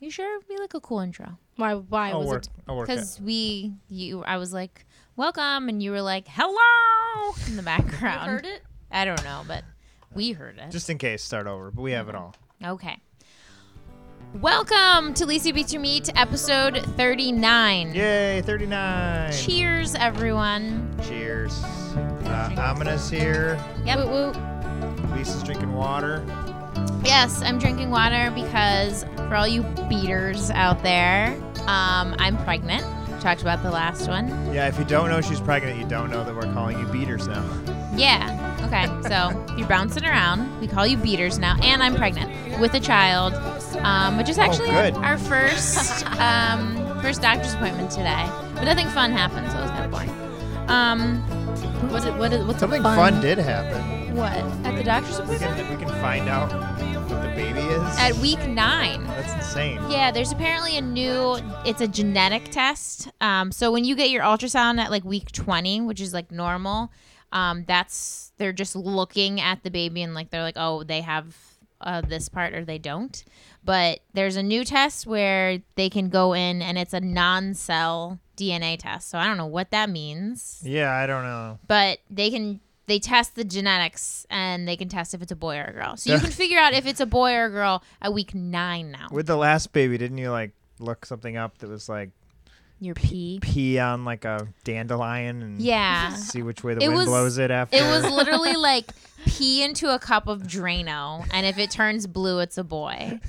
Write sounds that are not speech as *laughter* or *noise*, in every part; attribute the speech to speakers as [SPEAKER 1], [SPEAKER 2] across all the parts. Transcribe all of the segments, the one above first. [SPEAKER 1] You sure we like a cool intro?
[SPEAKER 2] Why? Why
[SPEAKER 3] I'll
[SPEAKER 2] was
[SPEAKER 3] work.
[SPEAKER 2] it?
[SPEAKER 3] I'll work it.
[SPEAKER 1] Because we, you, I was like, welcome, and you were like, hello in the *laughs* background.
[SPEAKER 2] Heard it?
[SPEAKER 1] I don't know, but we heard it.
[SPEAKER 3] Just in case, start over. But we have it all.
[SPEAKER 1] okay. Welcome to Lisa Beats Your Meat, episode 39.
[SPEAKER 3] Yay, 39.
[SPEAKER 1] Cheers, everyone.
[SPEAKER 3] Cheers. Uh, Amina's here.
[SPEAKER 1] Yep.
[SPEAKER 2] Woo, woo.
[SPEAKER 3] Lisa's drinking water.
[SPEAKER 1] Yes, I'm drinking water because for all you beaters out there, um, I'm pregnant. Talked about the last one.
[SPEAKER 3] Yeah, if you don't know she's pregnant, you don't know that we're calling you beaters
[SPEAKER 1] *laughs*
[SPEAKER 3] now.
[SPEAKER 1] Yeah. Okay. So *laughs* if you're bouncing around, we call you beaters now, and I'm pregnant with a child, um, which is actually
[SPEAKER 3] Oh, good.
[SPEAKER 1] our, our
[SPEAKER 3] *laughs*
[SPEAKER 1] first um, first doctor's appointment today. But nothing fun happened, so it was kind of boring. Um,
[SPEAKER 2] What? Did, what? Did, what's
[SPEAKER 3] Something
[SPEAKER 2] a
[SPEAKER 3] fun,
[SPEAKER 2] fun?
[SPEAKER 3] did happen.
[SPEAKER 1] what at the doctor's
[SPEAKER 3] We
[SPEAKER 1] appointment?
[SPEAKER 3] can, we can find out what the baby is.
[SPEAKER 1] At week nine.
[SPEAKER 3] That's insane.
[SPEAKER 1] Yeah, there's apparently a new. It's a genetic test. Um, so when you get your ultrasound at like week 20, which is like normal, um, that's they're just looking at the baby and like they're like, oh, they have uh, this part or they don't. But there's a new test where they can go in and it's a non-cell DNA test. So I don't know what that means,
[SPEAKER 3] Yeah, I don't know.
[SPEAKER 1] but they can. They test the genetics and they can test if it's a boy or a girl. So you can figure out if it's a boy or a girl at week nine now.
[SPEAKER 3] With the last baby, didn't you like look something up that was like
[SPEAKER 1] Your pee.
[SPEAKER 3] pee on like a dandelion and
[SPEAKER 1] Yeah.
[SPEAKER 3] see which way the
[SPEAKER 1] It
[SPEAKER 3] wind
[SPEAKER 1] was-
[SPEAKER 3] blows it after?
[SPEAKER 1] It was literally like pee into a cup of Drano, and if it turns blue, it's a boy.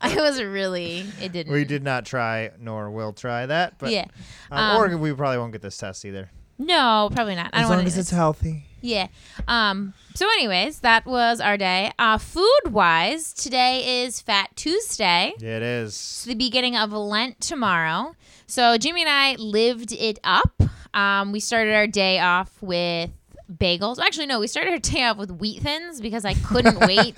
[SPEAKER 1] I was really. It didn't.
[SPEAKER 3] We did not try, nor will try that. But
[SPEAKER 1] yeah.
[SPEAKER 3] Um,
[SPEAKER 1] Um,
[SPEAKER 3] or we probably won't get this test either.
[SPEAKER 1] No, probably not. I don't want to.
[SPEAKER 3] healthy.
[SPEAKER 1] Yeah. Um. So, anyways, that was our day. Uh, food wise, today is Fat Tuesday.
[SPEAKER 3] It is.
[SPEAKER 1] the beginning of Lent tomorrow. So Jimmy and I lived it up. Um, we started our day off with bagels. Actually, no, we started our *laughs* day off with wheat thins because I couldn't
[SPEAKER 3] *laughs*
[SPEAKER 1] wait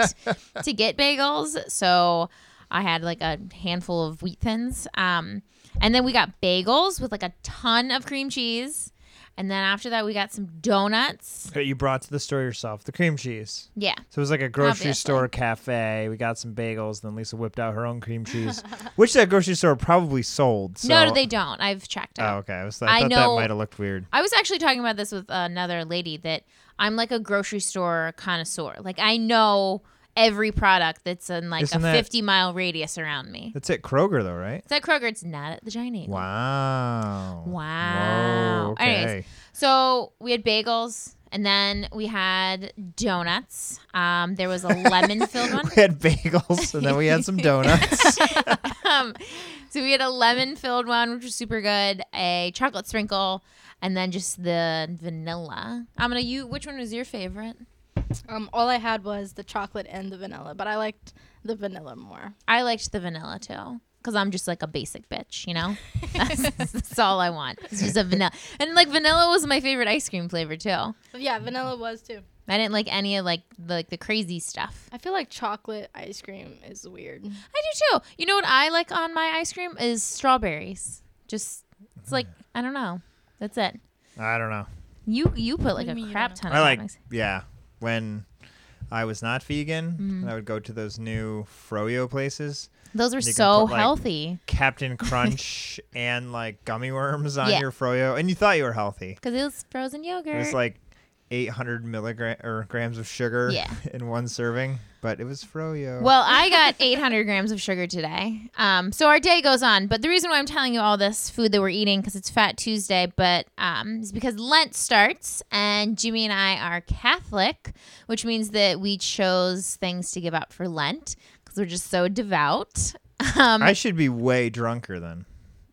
[SPEAKER 1] to get bagels. So I had like a handful of wheat thins. Um, and then we got bagels with like a ton of cream cheese. And then after that, we got some donuts.
[SPEAKER 3] That you brought to the store yourself the cream cheese.
[SPEAKER 1] Yeah.
[SPEAKER 3] So it was like a grocery
[SPEAKER 1] Obviously.
[SPEAKER 3] store cafe. We got some bagels, then Lisa whipped out her
[SPEAKER 1] *laughs*
[SPEAKER 3] own cream cheese, which that grocery store probably sold. So.
[SPEAKER 1] no, they don't. I've checked out.
[SPEAKER 3] Oh, okay. I, was, I,
[SPEAKER 1] I
[SPEAKER 3] thought
[SPEAKER 1] know-
[SPEAKER 3] that might have looked weird.
[SPEAKER 1] I was actually talking about this with another lady that I'm like a grocery store connoisseur. Like I know every product that's in like
[SPEAKER 3] Isn't
[SPEAKER 1] a
[SPEAKER 3] that-
[SPEAKER 1] 50 mile radius around me.
[SPEAKER 3] That's it, Kroger though, right?
[SPEAKER 1] Is that Kroger? It's not at the Giant Eagle.
[SPEAKER 3] Wow.
[SPEAKER 1] Wow.
[SPEAKER 3] Whoa, okay.
[SPEAKER 1] Anyways, So we had bagels and then we had donuts. Um, there
[SPEAKER 3] *laughs*
[SPEAKER 1] was a lemon filled one.
[SPEAKER 3] *laughs* We had bagels and then we
[SPEAKER 1] *laughs*
[SPEAKER 3] had some donuts.
[SPEAKER 1] Um, so we had a lemon filled one, which was super good. A chocolate sprinkle, and then just the vanilla. I'm gonna you. Which one was your favorite?
[SPEAKER 2] Um, all I had was the chocolate and the vanilla, but I liked the vanilla more.
[SPEAKER 1] I liked the vanilla too. Cause I'm just like a basic bitch, you
[SPEAKER 2] *laughs*
[SPEAKER 1] know. *laughs* That's, that's all I want. It's just a vanilla, and like vanilla was my favorite ice cream flavor too. I
[SPEAKER 2] But yeah, vanilla was too.
[SPEAKER 1] didn't like any of like the, like the crazy stuff.
[SPEAKER 2] I feel like chocolate ice cream is weird.
[SPEAKER 1] I do too. You know what I like on my ice cream is strawberries. Just it's like
[SPEAKER 3] Mm.
[SPEAKER 1] I don't know. That's it.
[SPEAKER 3] I don't know.
[SPEAKER 1] You you put like
[SPEAKER 2] do you mean
[SPEAKER 1] a
[SPEAKER 2] you
[SPEAKER 1] crap
[SPEAKER 2] don't
[SPEAKER 1] ton.
[SPEAKER 3] I
[SPEAKER 1] of
[SPEAKER 3] like,
[SPEAKER 1] things.
[SPEAKER 3] yeah. When I was not vegan,
[SPEAKER 1] Mm.
[SPEAKER 3] I would go to those new froyo places.
[SPEAKER 1] those were
[SPEAKER 3] you can
[SPEAKER 1] so
[SPEAKER 3] put, like-
[SPEAKER 1] healthy *laughs*
[SPEAKER 3] Captain Crunch and like gummy worms on
[SPEAKER 1] Yeah. Er.
[SPEAKER 3] your froyo, and you thought you were healthy.
[SPEAKER 1] because it was frozen yogurt.
[SPEAKER 3] It was like 800 milligrams or grams of sugar
[SPEAKER 1] Yeah.
[SPEAKER 3] *laughs* in one serving, but it was froyo.
[SPEAKER 1] Well, I got 800 grams of sugar today. Um, so our day goes on. But the reason why I'm telling you all this food that we're eating because it's Fat Tuesday, but um, is because Lent starts and Jimmy and I are Catholic, which means that we chose things to give up for Lent because we're just so devout. Um,
[SPEAKER 3] I should be way drunker then.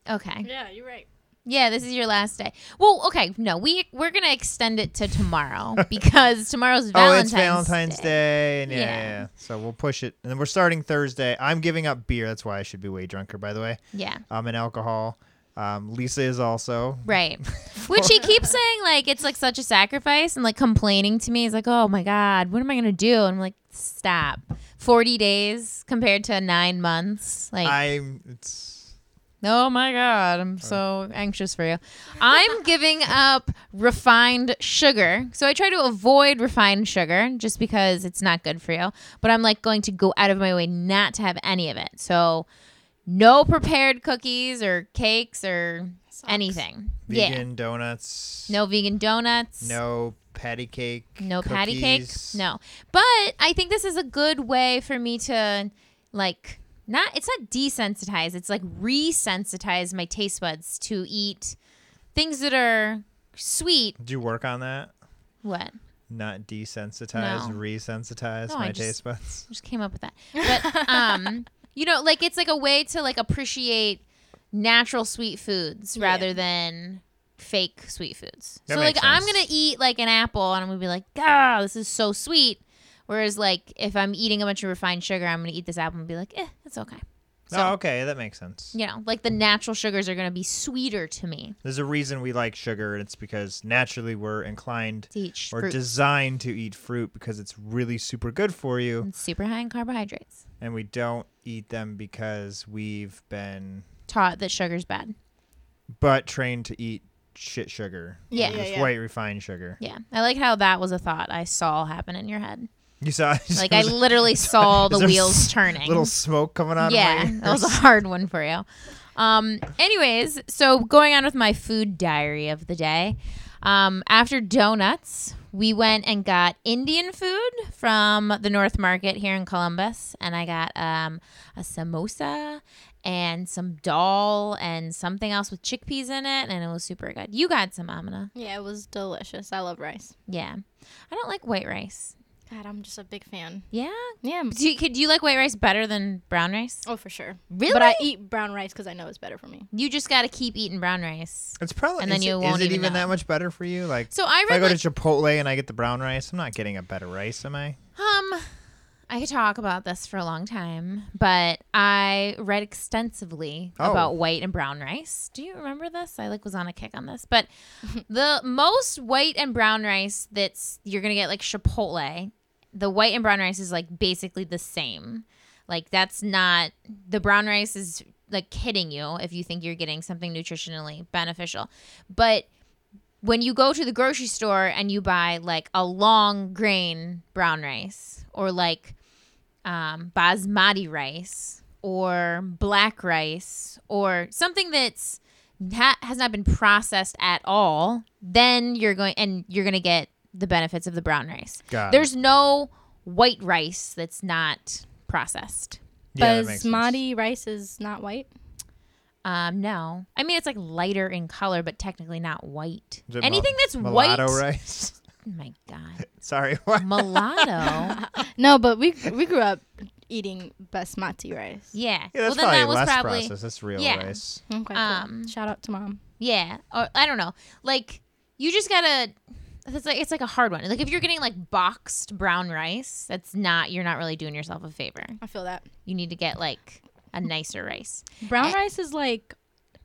[SPEAKER 1] okay.
[SPEAKER 2] *laughs* Yeah, you're right.
[SPEAKER 1] Yeah, this is your last day. Well, okay. No, we we're gonna extend it to tomorrow *laughs* because tomorrow's Valentine's.
[SPEAKER 3] oh, it's Valentine's Day, and yeah, yeah,
[SPEAKER 1] Yeah.
[SPEAKER 3] yeah. so we'll push it, and then we're starting Thursday. I'm giving up beer. That's why I should be way drunker, by the way.
[SPEAKER 1] Yeah.
[SPEAKER 3] I'm an alcohol. Um, Lisa is also.
[SPEAKER 1] Right. *laughs* Which he keeps saying like it's like such a sacrifice and like complaining to me. He's like, "Oh my god, what am I going to do?" And I'm like, "Stop. 40 days compared to 9 months." Like
[SPEAKER 3] I'm. It's.
[SPEAKER 1] Oh my God, I'm so anxious for you. I'm giving up refined sugar. So I try to avoid refined sugar just because it's not good for you. But I'm like going to go out of my way not to have any of it. So no prepared cookies or cakes or
[SPEAKER 2] Sucks.
[SPEAKER 1] anything. Yeah.
[SPEAKER 3] Vegan donuts.
[SPEAKER 1] No vegan donuts.
[SPEAKER 3] No patty cake.
[SPEAKER 1] No patty cake.
[SPEAKER 3] cookies.
[SPEAKER 1] No. But I think this is a good way for me to like not it's not desensitize, it's like resensitize my taste buds to eat things that are sweet.
[SPEAKER 3] Did you work on that?
[SPEAKER 1] What?
[SPEAKER 3] Not desensitize,
[SPEAKER 1] No.
[SPEAKER 3] resensitize
[SPEAKER 1] No, I
[SPEAKER 3] my
[SPEAKER 1] just- *laughs*
[SPEAKER 3] taste buds.
[SPEAKER 1] Just came up with that. But um you know, like it's like a way to like appreciate natural sweet foods
[SPEAKER 2] Yeah.
[SPEAKER 1] rather than fake sweet foods.
[SPEAKER 3] That
[SPEAKER 1] so like
[SPEAKER 3] makes
[SPEAKER 1] I'm
[SPEAKER 3] sense.
[SPEAKER 1] gonna eat like an apple and I'm gonna be like, ah, this is so sweet. Whereas like if I'm eating a bunch of refined sugar, I'm gonna eat this apple and be like, eh, it's okay. So
[SPEAKER 3] oh, okay, that makes sense.
[SPEAKER 1] you know, like the natural sugars are gonna be sweeter to me.
[SPEAKER 3] There's a reason we like sugar, and it's because naturally we're inclined
[SPEAKER 1] To each
[SPEAKER 3] or
[SPEAKER 1] fruit.
[SPEAKER 3] designed to eat fruit because it's really super good for you,
[SPEAKER 1] It's super high in carbohydrates.
[SPEAKER 3] and we don't eat them because we've been
[SPEAKER 1] Taught that sugar's bad.
[SPEAKER 3] but trained to eat shit sugar.
[SPEAKER 1] Yeah.
[SPEAKER 3] Just
[SPEAKER 2] Yeah, yeah.
[SPEAKER 3] white refined sugar.
[SPEAKER 1] Yeah. I like how that was a thought I saw happen in your head.
[SPEAKER 3] You saw *laughs*
[SPEAKER 1] Like I literally saw the
[SPEAKER 3] there
[SPEAKER 1] wheels
[SPEAKER 3] s-
[SPEAKER 1] turning.
[SPEAKER 3] little smoke coming out
[SPEAKER 1] yeah,
[SPEAKER 3] of my
[SPEAKER 1] that was a hard one for you. Um, anyways, so going on with my food diary of the day. Um, after donuts, we went and got Indian food from the North Market here in Columbus, and I got um, a samosa and some dal and something else with chickpeas in it, and it was super good. You got some, Amina?
[SPEAKER 2] Yeah, it was delicious. I love rice.
[SPEAKER 1] Yeah, I don't like white rice.
[SPEAKER 2] God, I'm just a big fan.
[SPEAKER 1] Yeah,
[SPEAKER 2] Yeah.
[SPEAKER 1] do you, do you like white rice better than brown rice?
[SPEAKER 2] Oh, for sure.
[SPEAKER 1] Really?
[SPEAKER 2] But I eat brown rice because I know it's better for me.
[SPEAKER 1] you just got to keep eating brown rice.
[SPEAKER 3] *laughs* It's probably
[SPEAKER 1] And then
[SPEAKER 3] is
[SPEAKER 1] you
[SPEAKER 3] it-
[SPEAKER 1] won't
[SPEAKER 3] is it
[SPEAKER 1] even
[SPEAKER 3] even
[SPEAKER 1] know.
[SPEAKER 3] that much better for you? Like
[SPEAKER 1] So I
[SPEAKER 3] if I
[SPEAKER 1] read
[SPEAKER 3] go
[SPEAKER 1] like,
[SPEAKER 3] to Chipotle and I get the brown rice, I'm not getting a better rice, am I?
[SPEAKER 1] um I could talk about this for a long time, but I read extensively
[SPEAKER 3] Oh.
[SPEAKER 1] about white and brown rice. Do you remember this? I like was on a kick on this,
[SPEAKER 3] *laughs*
[SPEAKER 1] but the most white and brown rice that's you're gonna get like Chipotle, the white and brown rice is like basically the same. Like that's not the brown rice is like kidding you if you think you're getting something nutritionally beneficial, but when you go to the grocery store and you buy like a long grain brown rice or like um, basmati rice or black rice or something that's that has not been processed at all, then you're going and you're going to get the benefits of the brown rice.
[SPEAKER 3] God.
[SPEAKER 1] There's no white rice that's not processed.
[SPEAKER 3] yeah, that makes sense.
[SPEAKER 2] Basmati rice is not white.
[SPEAKER 1] Um, no, I mean it's like lighter in color, but technically not white.
[SPEAKER 3] Is it mu-
[SPEAKER 1] Anything that's
[SPEAKER 3] mulatto
[SPEAKER 1] white.
[SPEAKER 3] *laughs* rice.
[SPEAKER 1] Oh my god.
[SPEAKER 3] Sorry, *laughs* what?
[SPEAKER 1] mulatto.
[SPEAKER 2] No, but we we grew up eating basmati rice.
[SPEAKER 1] yeah.
[SPEAKER 3] Yeah,
[SPEAKER 1] well, then
[SPEAKER 3] that's probably
[SPEAKER 1] that was
[SPEAKER 3] less
[SPEAKER 1] probably
[SPEAKER 3] processed. That's real
[SPEAKER 1] yeah.
[SPEAKER 3] rice.
[SPEAKER 2] Okay, cool.
[SPEAKER 1] Um,
[SPEAKER 2] Shout out to mom.
[SPEAKER 1] yeah. Or I don't know. Like you just gotta. It's like it's like a hard one. Like if you're getting like boxed brown rice, that's not you're not really doing yourself a favor.
[SPEAKER 2] I feel that. Eh
[SPEAKER 1] You need to get like a nicer rice.
[SPEAKER 2] Brown rice is like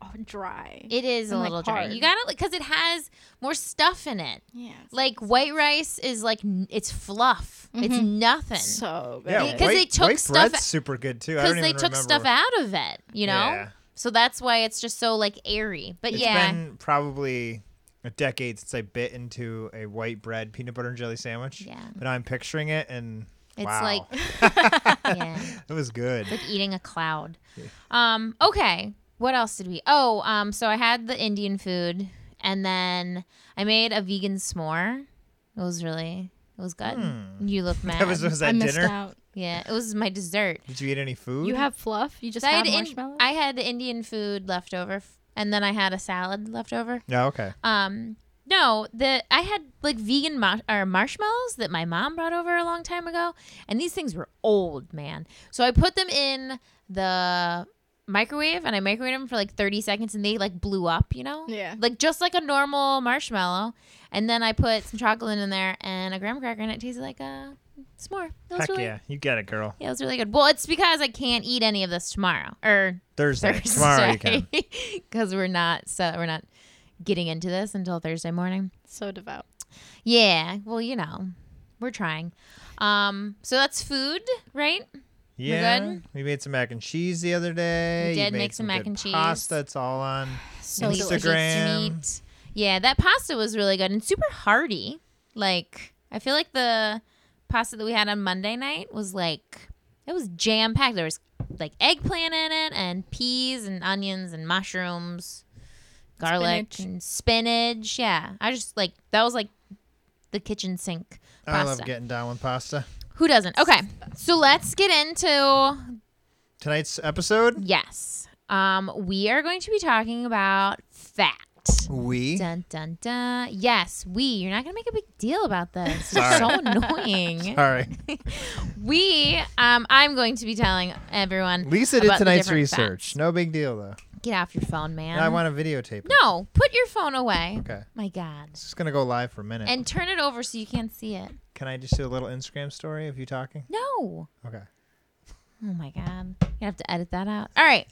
[SPEAKER 2] oh, dry.
[SPEAKER 1] It is a
[SPEAKER 2] And, like,
[SPEAKER 1] little dry.
[SPEAKER 2] hard.
[SPEAKER 1] You gotta because it has more stuff in it.
[SPEAKER 2] yeah. it's
[SPEAKER 1] Like white rice is like n- it's fluff. It's
[SPEAKER 3] Mm-hmm.
[SPEAKER 1] nothing.
[SPEAKER 2] so good.
[SPEAKER 3] Yeah,
[SPEAKER 1] Because they
[SPEAKER 3] white-
[SPEAKER 1] took
[SPEAKER 3] white
[SPEAKER 1] stuff-
[SPEAKER 3] bread's super good too. I
[SPEAKER 1] because
[SPEAKER 3] don't
[SPEAKER 1] they
[SPEAKER 3] even
[SPEAKER 1] took
[SPEAKER 3] remember.
[SPEAKER 1] stuff out of it, you know.
[SPEAKER 3] Yeah.
[SPEAKER 1] So that's why it's just so like airy. But
[SPEAKER 3] It's
[SPEAKER 1] yeah,
[SPEAKER 3] been probably a decade since I bit into a white bread peanut butter and jelly sandwich.
[SPEAKER 1] Yeah.
[SPEAKER 3] But now I'm picturing it and
[SPEAKER 1] It's
[SPEAKER 3] wow. *laughs*
[SPEAKER 1] like- yeah.
[SPEAKER 3] it was good.
[SPEAKER 1] like eating a cloud. Um, okay. What else did we? Oh, um, so I had the Indian food, and then I made a vegan s'more. It was really, it was good. You look mad.
[SPEAKER 3] Hmm. *laughs* That was was
[SPEAKER 2] I
[SPEAKER 3] that
[SPEAKER 2] missed
[SPEAKER 3] dinner?
[SPEAKER 2] out.
[SPEAKER 1] yeah, it was my dessert.
[SPEAKER 3] Did you eat any food?
[SPEAKER 2] You have fluff. You just
[SPEAKER 1] So I had,
[SPEAKER 2] had
[SPEAKER 1] in-
[SPEAKER 2] marshmallows.
[SPEAKER 1] I had Indian food left over, f- and then I had a salad left over.
[SPEAKER 3] Yeah, okay.
[SPEAKER 1] Um, no, the I had like vegan mar- or marshmallows that my mom brought over a long time ago, and these things were old, man. So I put them in the microwave and I microwaved them for like 30 seconds, and they like blew up, you know?
[SPEAKER 2] Yeah.
[SPEAKER 1] Like just like a normal marshmallow. And then I put some chocolate in there and a graham cracker, and it tasted like a s'more. That was
[SPEAKER 3] Heck
[SPEAKER 1] really,
[SPEAKER 3] yeah. You get it, girl.
[SPEAKER 1] yeah, it was really good. Well, it's because I can't eat any of this tomorrow or
[SPEAKER 3] Thursday.
[SPEAKER 1] Thursday.
[SPEAKER 3] Tomorrow you can.
[SPEAKER 1] because we're not so we're not getting into this until Thursday morning.
[SPEAKER 2] so devout.
[SPEAKER 1] Yeah, well, *laughs* you know, we're trying. Um, so that's food, right?
[SPEAKER 3] Yeah,
[SPEAKER 1] good?
[SPEAKER 3] we made some mac and cheese the other day.
[SPEAKER 1] We
[SPEAKER 3] You
[SPEAKER 1] did
[SPEAKER 3] made
[SPEAKER 1] make some mac
[SPEAKER 3] good
[SPEAKER 1] and cheese.
[SPEAKER 3] Pasta. It's all on.
[SPEAKER 1] So
[SPEAKER 3] Instagram.
[SPEAKER 1] delicious meat. Yeah, that pasta was really good and super hearty. Like I feel like the pasta that we had on Monday night was like it was jam packed. There was like eggplant in it and peas and onions and mushrooms, garlic
[SPEAKER 2] Spinach.
[SPEAKER 1] and spinach. Yeah. I just like that was like the kitchen sink
[SPEAKER 3] I
[SPEAKER 1] pasta.
[SPEAKER 3] love getting down with pasta.
[SPEAKER 1] Who doesn't? Okay. So let's get into
[SPEAKER 3] Tonight's episode,
[SPEAKER 1] yes. Um we are going to be talking about fat.
[SPEAKER 3] we
[SPEAKER 1] Dun dun dun. Yes, we. You're not gonna make a big deal about this. It's
[SPEAKER 3] Sorry.
[SPEAKER 1] so *laughs* annoying.
[SPEAKER 3] *laughs* sorry,
[SPEAKER 1] We. Um, I'm going to be telling everyone.
[SPEAKER 3] Lisa did
[SPEAKER 1] about the
[SPEAKER 3] tonight's
[SPEAKER 1] different
[SPEAKER 3] research.
[SPEAKER 1] facts.
[SPEAKER 3] No big deal though.
[SPEAKER 1] Get off your phone, man.
[SPEAKER 3] I want to videotape. it.
[SPEAKER 1] no, put your phone away.
[SPEAKER 3] Okay,
[SPEAKER 1] My God.
[SPEAKER 3] it's just gonna go live for a minute.
[SPEAKER 1] And turn it over so you can't see it.
[SPEAKER 3] Can I just do a little Instagram story of you talking?
[SPEAKER 1] No.
[SPEAKER 3] Okay.
[SPEAKER 1] Oh my God. You have to edit that out. All right.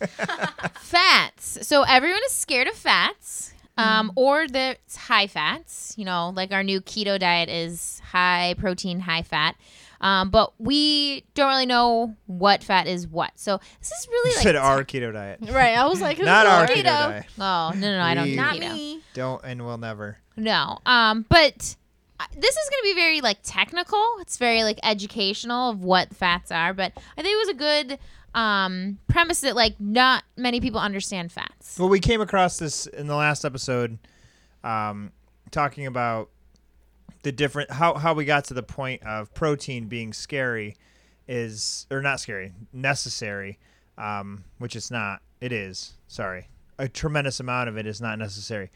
[SPEAKER 1] fats. So everyone is scared of fats. Um, or that it's high fats, you know, like our new keto diet is high protein, high fat. Um, but we don't really know what fat is what. So this is really
[SPEAKER 3] *laughs* You
[SPEAKER 1] like
[SPEAKER 3] said our
[SPEAKER 1] *laughs*
[SPEAKER 3] keto diet.
[SPEAKER 2] Right. I
[SPEAKER 3] *laughs*
[SPEAKER 2] was like,
[SPEAKER 3] Not our keto
[SPEAKER 2] keto.
[SPEAKER 3] diet.
[SPEAKER 1] Oh no no, no I don't
[SPEAKER 3] We-
[SPEAKER 1] do
[SPEAKER 3] Not
[SPEAKER 1] keto.
[SPEAKER 2] me.
[SPEAKER 3] Don't and will never.
[SPEAKER 1] No. Um, but uh, this is going to be very like technical. It's very like educational of what fats are, but I think it was a good um premise that like not many people understand fats.
[SPEAKER 3] Well, we came across this in the last episode, um, talking about the different how how we got to the point of protein being scary, is or not scary necessary, um, which it's not. It is sorry, a tremendous amount of it is not necessary,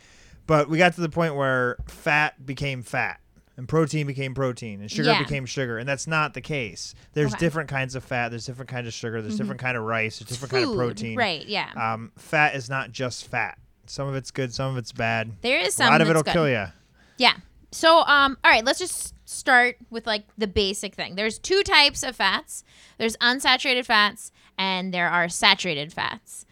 [SPEAKER 3] but we got to the point where fat became fat. And protein became protein, and sugar
[SPEAKER 1] Yeah.
[SPEAKER 3] became sugar, and that's not the case. There's
[SPEAKER 1] Okay. Mm-hmm.
[SPEAKER 3] different kinds of fat. There's different kinds of sugar. There's different kind of rice. There's different kind of
[SPEAKER 1] Food,
[SPEAKER 3] protein.
[SPEAKER 1] Right, yeah.
[SPEAKER 3] Um, fat is not just fat. Some of it's good, some of it's bad.
[SPEAKER 1] there is
[SPEAKER 3] a
[SPEAKER 1] some
[SPEAKER 3] lot of
[SPEAKER 1] that's
[SPEAKER 3] it'll
[SPEAKER 1] good.
[SPEAKER 3] kill you.
[SPEAKER 1] Yeah. So, um, all right, let's just start with like the basic thing. There's two types of fats. There's unsaturated fats and there are saturated fats.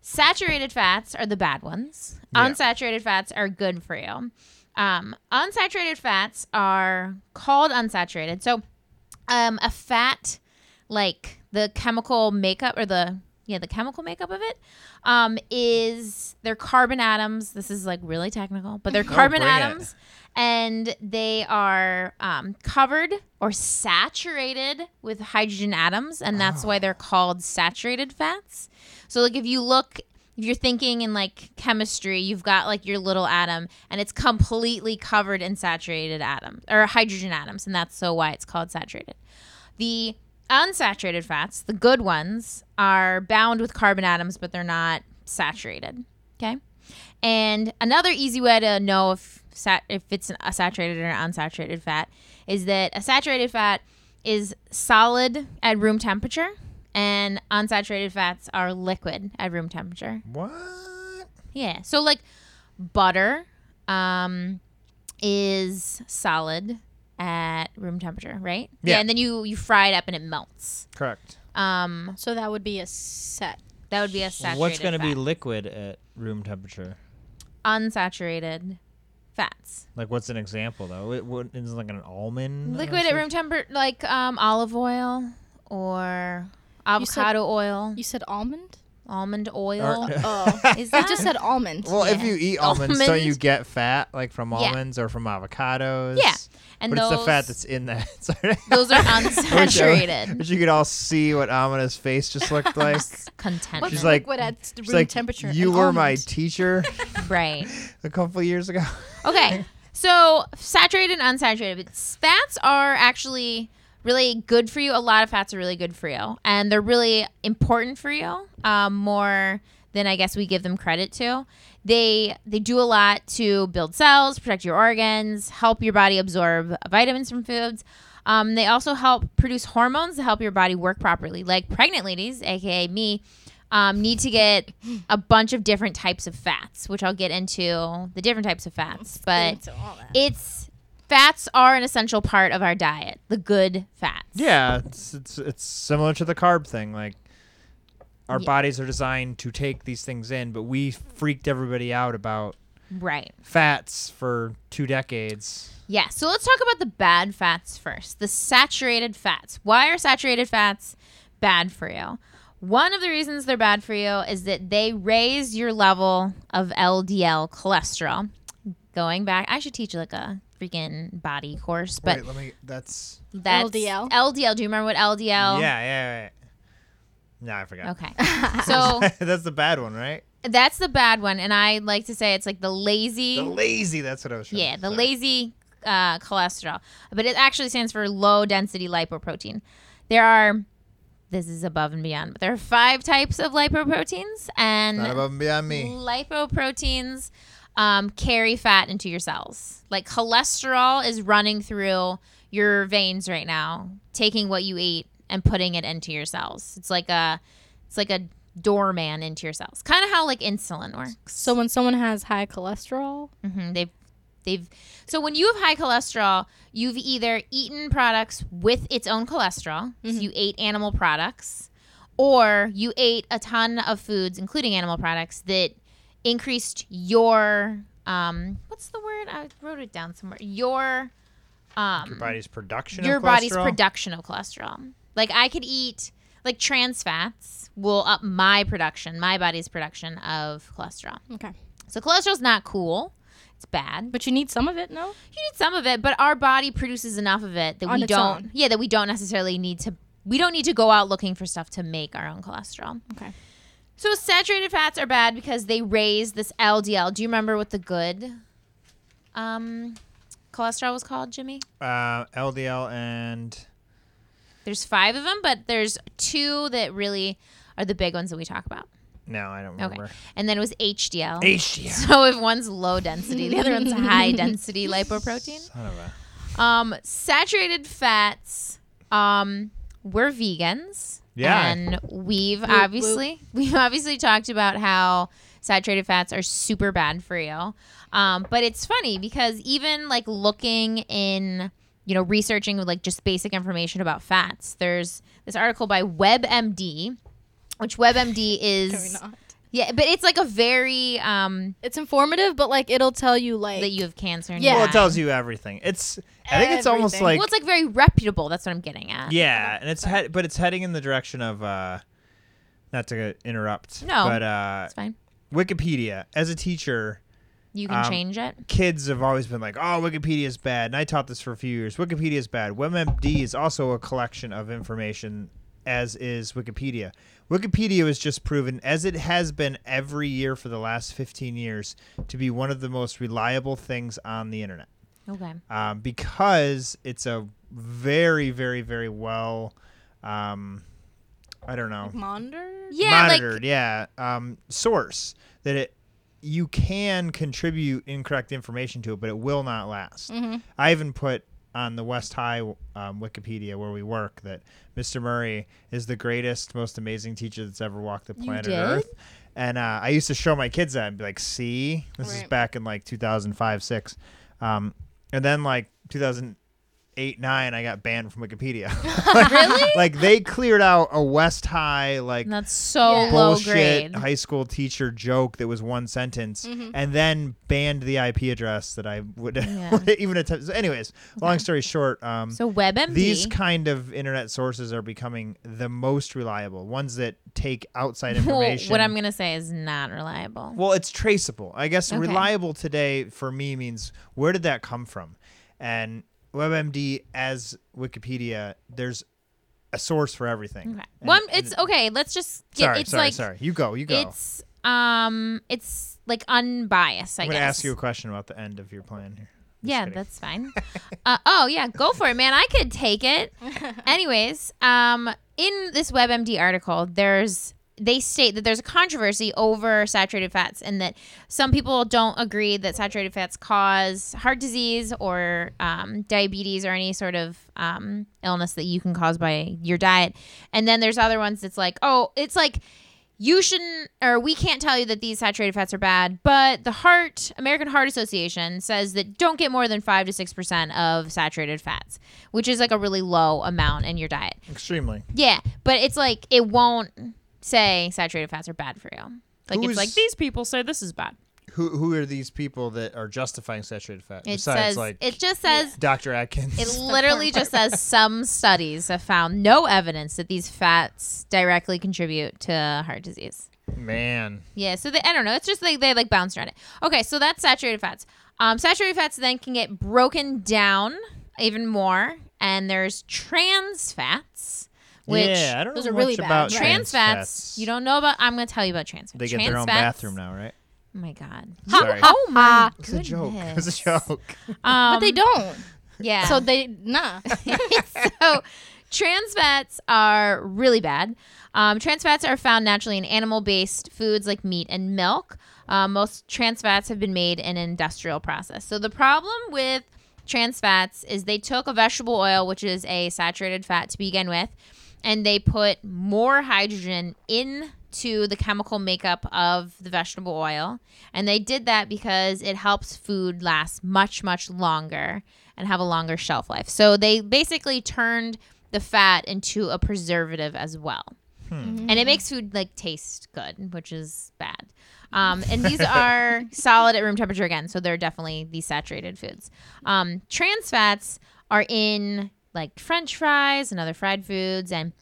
[SPEAKER 1] Saturated fats are the bad ones.
[SPEAKER 3] Yeah.
[SPEAKER 1] Unsaturated fats are good for you. Um, unsaturated fats are called unsaturated. So, um, a fat, like the chemical makeup or the yeah the chemical makeup of it, um, is their carbon atoms. This is like really technical,
[SPEAKER 3] *laughs*
[SPEAKER 1] but they're carbon
[SPEAKER 3] Oh, bring it.
[SPEAKER 1] atoms, and they are um, covered or saturated with hydrogen atoms, and that's
[SPEAKER 3] Oh.
[SPEAKER 1] why they're called saturated fats. So like if you look if you're thinking in like chemistry, you've got like your little atom and it's completely covered in saturated atoms or hydrogen atoms and that's so why it's called saturated. The unsaturated fats, the good ones, are bound with carbon atoms but they're not saturated, okay? And another easy way to know if sat- if it's an- a saturated or an unsaturated fat is that a saturated fat is solid at room temperature and unsaturated fats are liquid at room temperature.
[SPEAKER 3] What?
[SPEAKER 1] Yeah. So like butter um is solid at room temperature, right?
[SPEAKER 3] Yeah.
[SPEAKER 1] and then you you fry it up and it melts.
[SPEAKER 3] Correct.
[SPEAKER 1] Um
[SPEAKER 2] So that would be a set.
[SPEAKER 1] that would be a saturated
[SPEAKER 4] What's going to be
[SPEAKER 1] fat.
[SPEAKER 4] liquid at room temperature?
[SPEAKER 1] unsaturated fats.
[SPEAKER 3] Like, what's an example though? It would it's like an almond.
[SPEAKER 1] liquid at room temper like um, olive oil or avocado oil
[SPEAKER 2] You said almond?
[SPEAKER 1] almond oil
[SPEAKER 3] *laughs*
[SPEAKER 2] Oh.
[SPEAKER 1] is
[SPEAKER 2] I
[SPEAKER 1] that
[SPEAKER 2] just said almond.
[SPEAKER 3] Well, if
[SPEAKER 1] Yeah.
[SPEAKER 3] you eat almonds, don't
[SPEAKER 1] Almond.
[SPEAKER 3] you get fat like from
[SPEAKER 1] Yeah.
[SPEAKER 3] almonds or from avocados?
[SPEAKER 1] Yeah, and
[SPEAKER 3] but
[SPEAKER 1] those,
[SPEAKER 3] it's the fat that's in that. *laughs* Sorry.
[SPEAKER 1] those are
[SPEAKER 3] I *laughs* wish I-
[SPEAKER 1] unsaturated
[SPEAKER 3] But you could all see what Amina's face just
[SPEAKER 1] *laughs*
[SPEAKER 3] looked like.
[SPEAKER 1] contentment
[SPEAKER 2] What's
[SPEAKER 3] She's like-
[SPEAKER 2] liquid at room
[SPEAKER 3] She's like,
[SPEAKER 2] temperature?
[SPEAKER 3] you
[SPEAKER 2] An
[SPEAKER 3] were my
[SPEAKER 1] *laughs*
[SPEAKER 2] almond.
[SPEAKER 3] teacher
[SPEAKER 1] right
[SPEAKER 3] a couple years ago.
[SPEAKER 1] okay so saturated and unsaturated but s- fats are actually really good for you a lot of fats are really good for you and they're really important for you um, more than i guess we give them credit to they they do a lot to build cells protect your organs help your body absorb vitamins from foods um, they also help produce hormones to help your body work properly like pregnant ladies aka me um, need to get a bunch of different types of fats which i'll get into the different types of fats but
[SPEAKER 3] *laughs*
[SPEAKER 2] So all that.
[SPEAKER 1] it's fats are an essential part of our diet the good fats
[SPEAKER 3] Yeah, it's it's it's similar to the carb thing. Like our
[SPEAKER 1] Yeah.
[SPEAKER 3] bodies are designed to take these things in, but we freaked everybody out about
[SPEAKER 1] right
[SPEAKER 3] fats for two decades.
[SPEAKER 1] yeah so let's talk about the bad fats first the saturated fats why are saturated fats bad for you. One of the reasons they're bad for you is that they raise your level of LDL cholesterol. Going back, I should teach like a freaking body course, but
[SPEAKER 3] Wait, let me. That's
[SPEAKER 1] that's
[SPEAKER 2] LDL?
[SPEAKER 1] LDL. Do you remember what LDL?
[SPEAKER 3] yeah, yeah, yeah. No, I forgot.
[SPEAKER 1] Oh.
[SPEAKER 3] *laughs*
[SPEAKER 1] Okay. So
[SPEAKER 3] that's the bad one, right?
[SPEAKER 1] that's the bad one, and I like to say it's like the lazy.
[SPEAKER 3] The lazy. That's what I was. Trying
[SPEAKER 1] Yeah,
[SPEAKER 3] to
[SPEAKER 1] the
[SPEAKER 3] say.
[SPEAKER 1] lazy uh, cholesterol, but it actually stands for low density lipoprotein. There are, this is above and beyond, but there are five types of lipoproteins, and
[SPEAKER 3] Not above and beyond me.
[SPEAKER 1] lipoproteins um, carry fat into your cells. Like cholesterol is running through your veins right now, taking what you eat and putting it into your cells. It's like a, it's like a doorman into your cells, kind of how like insulin works.
[SPEAKER 2] So when someone has high cholesterol,
[SPEAKER 1] Mm-hmm. They've they've so when you have high cholesterol, you've either eaten products with its own cholesterol, so you ate animal products, or you ate a ton of foods, including animal products, that increased your um what's the word? I wrote it down somewhere. Your um
[SPEAKER 3] Your body's production.
[SPEAKER 1] your
[SPEAKER 3] of
[SPEAKER 1] body's
[SPEAKER 3] cholesterol?
[SPEAKER 1] production of cholesterol. Like I could eat like trans fats will up my production, my body's production of cholesterol.
[SPEAKER 2] okay,
[SPEAKER 1] So cholesterol's not cool. It's bad.
[SPEAKER 2] but you need some of it, no?
[SPEAKER 1] You need some of it, but our body produces enough of it that
[SPEAKER 2] On
[SPEAKER 1] we
[SPEAKER 2] its
[SPEAKER 1] don't
[SPEAKER 2] own.
[SPEAKER 1] Yeah, that we don't necessarily need to we don't need to go out looking for stuff to make our own cholesterol.
[SPEAKER 2] *laughs* Okay.
[SPEAKER 1] So saturated fats are bad because they raise this LDL. Do you remember what the good um cholesterol was called, Jimmy?
[SPEAKER 3] Uh, LDL and
[SPEAKER 1] There's 5 of them, but there's two that really are the big ones that we talk about.
[SPEAKER 3] no, I don't
[SPEAKER 1] Okay.
[SPEAKER 3] remember.
[SPEAKER 1] And then it was HDL.
[SPEAKER 3] HDL.
[SPEAKER 1] *laughs* so if one's low density, the other
[SPEAKER 2] *laughs*
[SPEAKER 1] one's high density lipoprotein.
[SPEAKER 3] Son of a.
[SPEAKER 1] Um, saturated fats. Um, we're vegans.
[SPEAKER 3] Yeah.
[SPEAKER 1] And we've
[SPEAKER 2] whoop.
[SPEAKER 1] obviously *laughs* we've obviously talked about how saturated fats are super bad for you. Um, but it's funny because even like looking in you know researching like just basic information about fats, there's this article by WebMD, which WebMD
[SPEAKER 2] *laughs* Can we
[SPEAKER 1] is
[SPEAKER 2] not?
[SPEAKER 1] yeah, but it's like a very um
[SPEAKER 2] It's informative, but like it'll tell you like
[SPEAKER 1] that you have cancer. and
[SPEAKER 2] Yeah.
[SPEAKER 1] you're
[SPEAKER 3] Well, it
[SPEAKER 1] dying.
[SPEAKER 3] tells you everything. It's. I think it's almost
[SPEAKER 2] Everything.
[SPEAKER 3] like.
[SPEAKER 1] well, it's like very reputable. That's what I'm getting at.
[SPEAKER 3] yeah, and it's head, but it's heading in the direction of. uh Not to interrupt.
[SPEAKER 1] No.
[SPEAKER 3] But uh
[SPEAKER 1] It's fine.
[SPEAKER 3] Wikipedia. As a teacher,
[SPEAKER 1] You can
[SPEAKER 3] Um,
[SPEAKER 1] change it.
[SPEAKER 3] kids have always been like, "Oh, Wikipedia is bad," and I taught this for a few years. Wikipedia is bad. WebMD is also a collection of information, as is Wikipedia. Wikipedia was just proven, as it has been every year for the last 15 years, to be one of the most reliable things on the internet
[SPEAKER 1] Okay.
[SPEAKER 3] um, because it's a very, very, very well. Um, I don't know
[SPEAKER 2] monitor.
[SPEAKER 1] Yeah,
[SPEAKER 3] monitored,
[SPEAKER 1] like
[SPEAKER 3] yeah, um, source that it you can contribute incorrect information to it, but it will not last.
[SPEAKER 1] Mm-hmm.
[SPEAKER 3] I even put on the West High um, Wikipedia where we work that Mr. Murray is the greatest, most amazing teacher that's ever walked the planet
[SPEAKER 1] did?
[SPEAKER 3] Earth. And uh, I used to show my kids that and be like, "See, this is
[SPEAKER 2] Right.
[SPEAKER 3] back in like 2005, six, um, and then like 2000." eight nine i got banned from
[SPEAKER 1] *laughs*
[SPEAKER 3] wikipedia *laughs* like, really? like they cleared out a west high like
[SPEAKER 1] that's so
[SPEAKER 2] Yeah.
[SPEAKER 1] low
[SPEAKER 3] bullshit
[SPEAKER 1] grade. Mm-hmm.
[SPEAKER 3] high school teacher joke that was one sentence and then banned the IP address that I would *laughs*
[SPEAKER 1] Yeah.
[SPEAKER 3] even attempt. So anyways,
[SPEAKER 1] *laughs*
[SPEAKER 3] long story short, um,
[SPEAKER 1] So WebMD. *laughs*
[SPEAKER 3] these kind of internet sources are becoming the most reliable ones that take
[SPEAKER 1] *laughs*
[SPEAKER 3] outside
[SPEAKER 1] well,
[SPEAKER 3] information.
[SPEAKER 1] what I'm gonna say is not reliable.
[SPEAKER 3] Well, it's traceable. I guess
[SPEAKER 1] Okay.
[SPEAKER 3] reliable today for me means where did that come from? And WebMD, as Wikipedia, there's a source for everything.
[SPEAKER 1] okay.
[SPEAKER 3] And-
[SPEAKER 1] Well, I'm-
[SPEAKER 3] and-
[SPEAKER 1] it's okay. Let's just get.
[SPEAKER 3] sorry,
[SPEAKER 1] it's
[SPEAKER 3] sorry,
[SPEAKER 1] like
[SPEAKER 3] sorry. You go, you go.
[SPEAKER 1] it's um it's like unbiased. I
[SPEAKER 3] I'm
[SPEAKER 1] guess.
[SPEAKER 3] gonna ask you a question about the end of your plan here. Just
[SPEAKER 1] Yeah,
[SPEAKER 3] kidding.
[SPEAKER 1] that's fine. uh, oh yeah, go for it, man. I could take
[SPEAKER 3] *laughs*
[SPEAKER 1] it. Anyways, um, in this WebMD article, there's they state that there's a controversy over saturated fats and that some people don't agree that saturated fats cause heart disease or um, diabetes or any sort of um, illness that you can cause by your diet. And then there's other ones that's like, oh, it's like you shouldn't or we can't tell you that these saturated fats are bad but the heart american heart association says that don't get more than 5 to 6% of saturated fats which is like a really low amount in your diet
[SPEAKER 3] extremely.
[SPEAKER 1] yeah but it's like it won't say saturated fats are bad for you like
[SPEAKER 3] Who
[SPEAKER 1] it's
[SPEAKER 3] is-
[SPEAKER 1] like these people say this is bad
[SPEAKER 3] who who are these people that are justifying saturated fat?
[SPEAKER 1] It
[SPEAKER 3] Besides,
[SPEAKER 1] says
[SPEAKER 3] like
[SPEAKER 1] it just says
[SPEAKER 3] Dr. Atkins. *laughs*
[SPEAKER 1] it literally just says some studies have found no evidence that these fats directly contribute to heart disease.
[SPEAKER 3] Man,
[SPEAKER 1] Yeah, so they, I don't know. It's just like they like bounce around it. Okay, so that's saturated fats. Um, saturated fats then can get broken down even more, and there's trans fats, which
[SPEAKER 4] yeah, I don't
[SPEAKER 2] those
[SPEAKER 4] know
[SPEAKER 2] are
[SPEAKER 4] much
[SPEAKER 2] really bad,
[SPEAKER 4] about
[SPEAKER 2] right?
[SPEAKER 1] trans, fats, you don't know about. I'm gonna tell you about trans fats.
[SPEAKER 4] They get
[SPEAKER 1] trans
[SPEAKER 4] their own
[SPEAKER 1] fats-
[SPEAKER 4] bathroom now, right?
[SPEAKER 1] Oh my god.
[SPEAKER 3] Sorry.
[SPEAKER 1] Oh my
[SPEAKER 3] *laughs* it's a
[SPEAKER 1] goodness.
[SPEAKER 3] joke. It's a joke.
[SPEAKER 2] but they don't.
[SPEAKER 1] Yeah.
[SPEAKER 2] *laughs* So they nah.
[SPEAKER 1] *laughs* so trans fats are really bad. Um, trans fats are found naturally in animal based foods like meat and milk. Uh, most trans fats have been made in an industrial process. So the problem with trans fats is they took a vegetable oil, which is a saturated fat to begin with, and they put more hydrogen into the chemical makeup of the vegetable oil. And they did that because it helps food last much, much longer and have a longer shelf life. So they basically turned the fat into a preservative as well. And it
[SPEAKER 2] Mm-hmm.
[SPEAKER 1] makes food like taste good, which is bad. Um, and these
[SPEAKER 2] *laughs*
[SPEAKER 1] are solid at room temperature again, so they're definitely these saturated foods. Um, trans fats are in like French fries and other fried foods and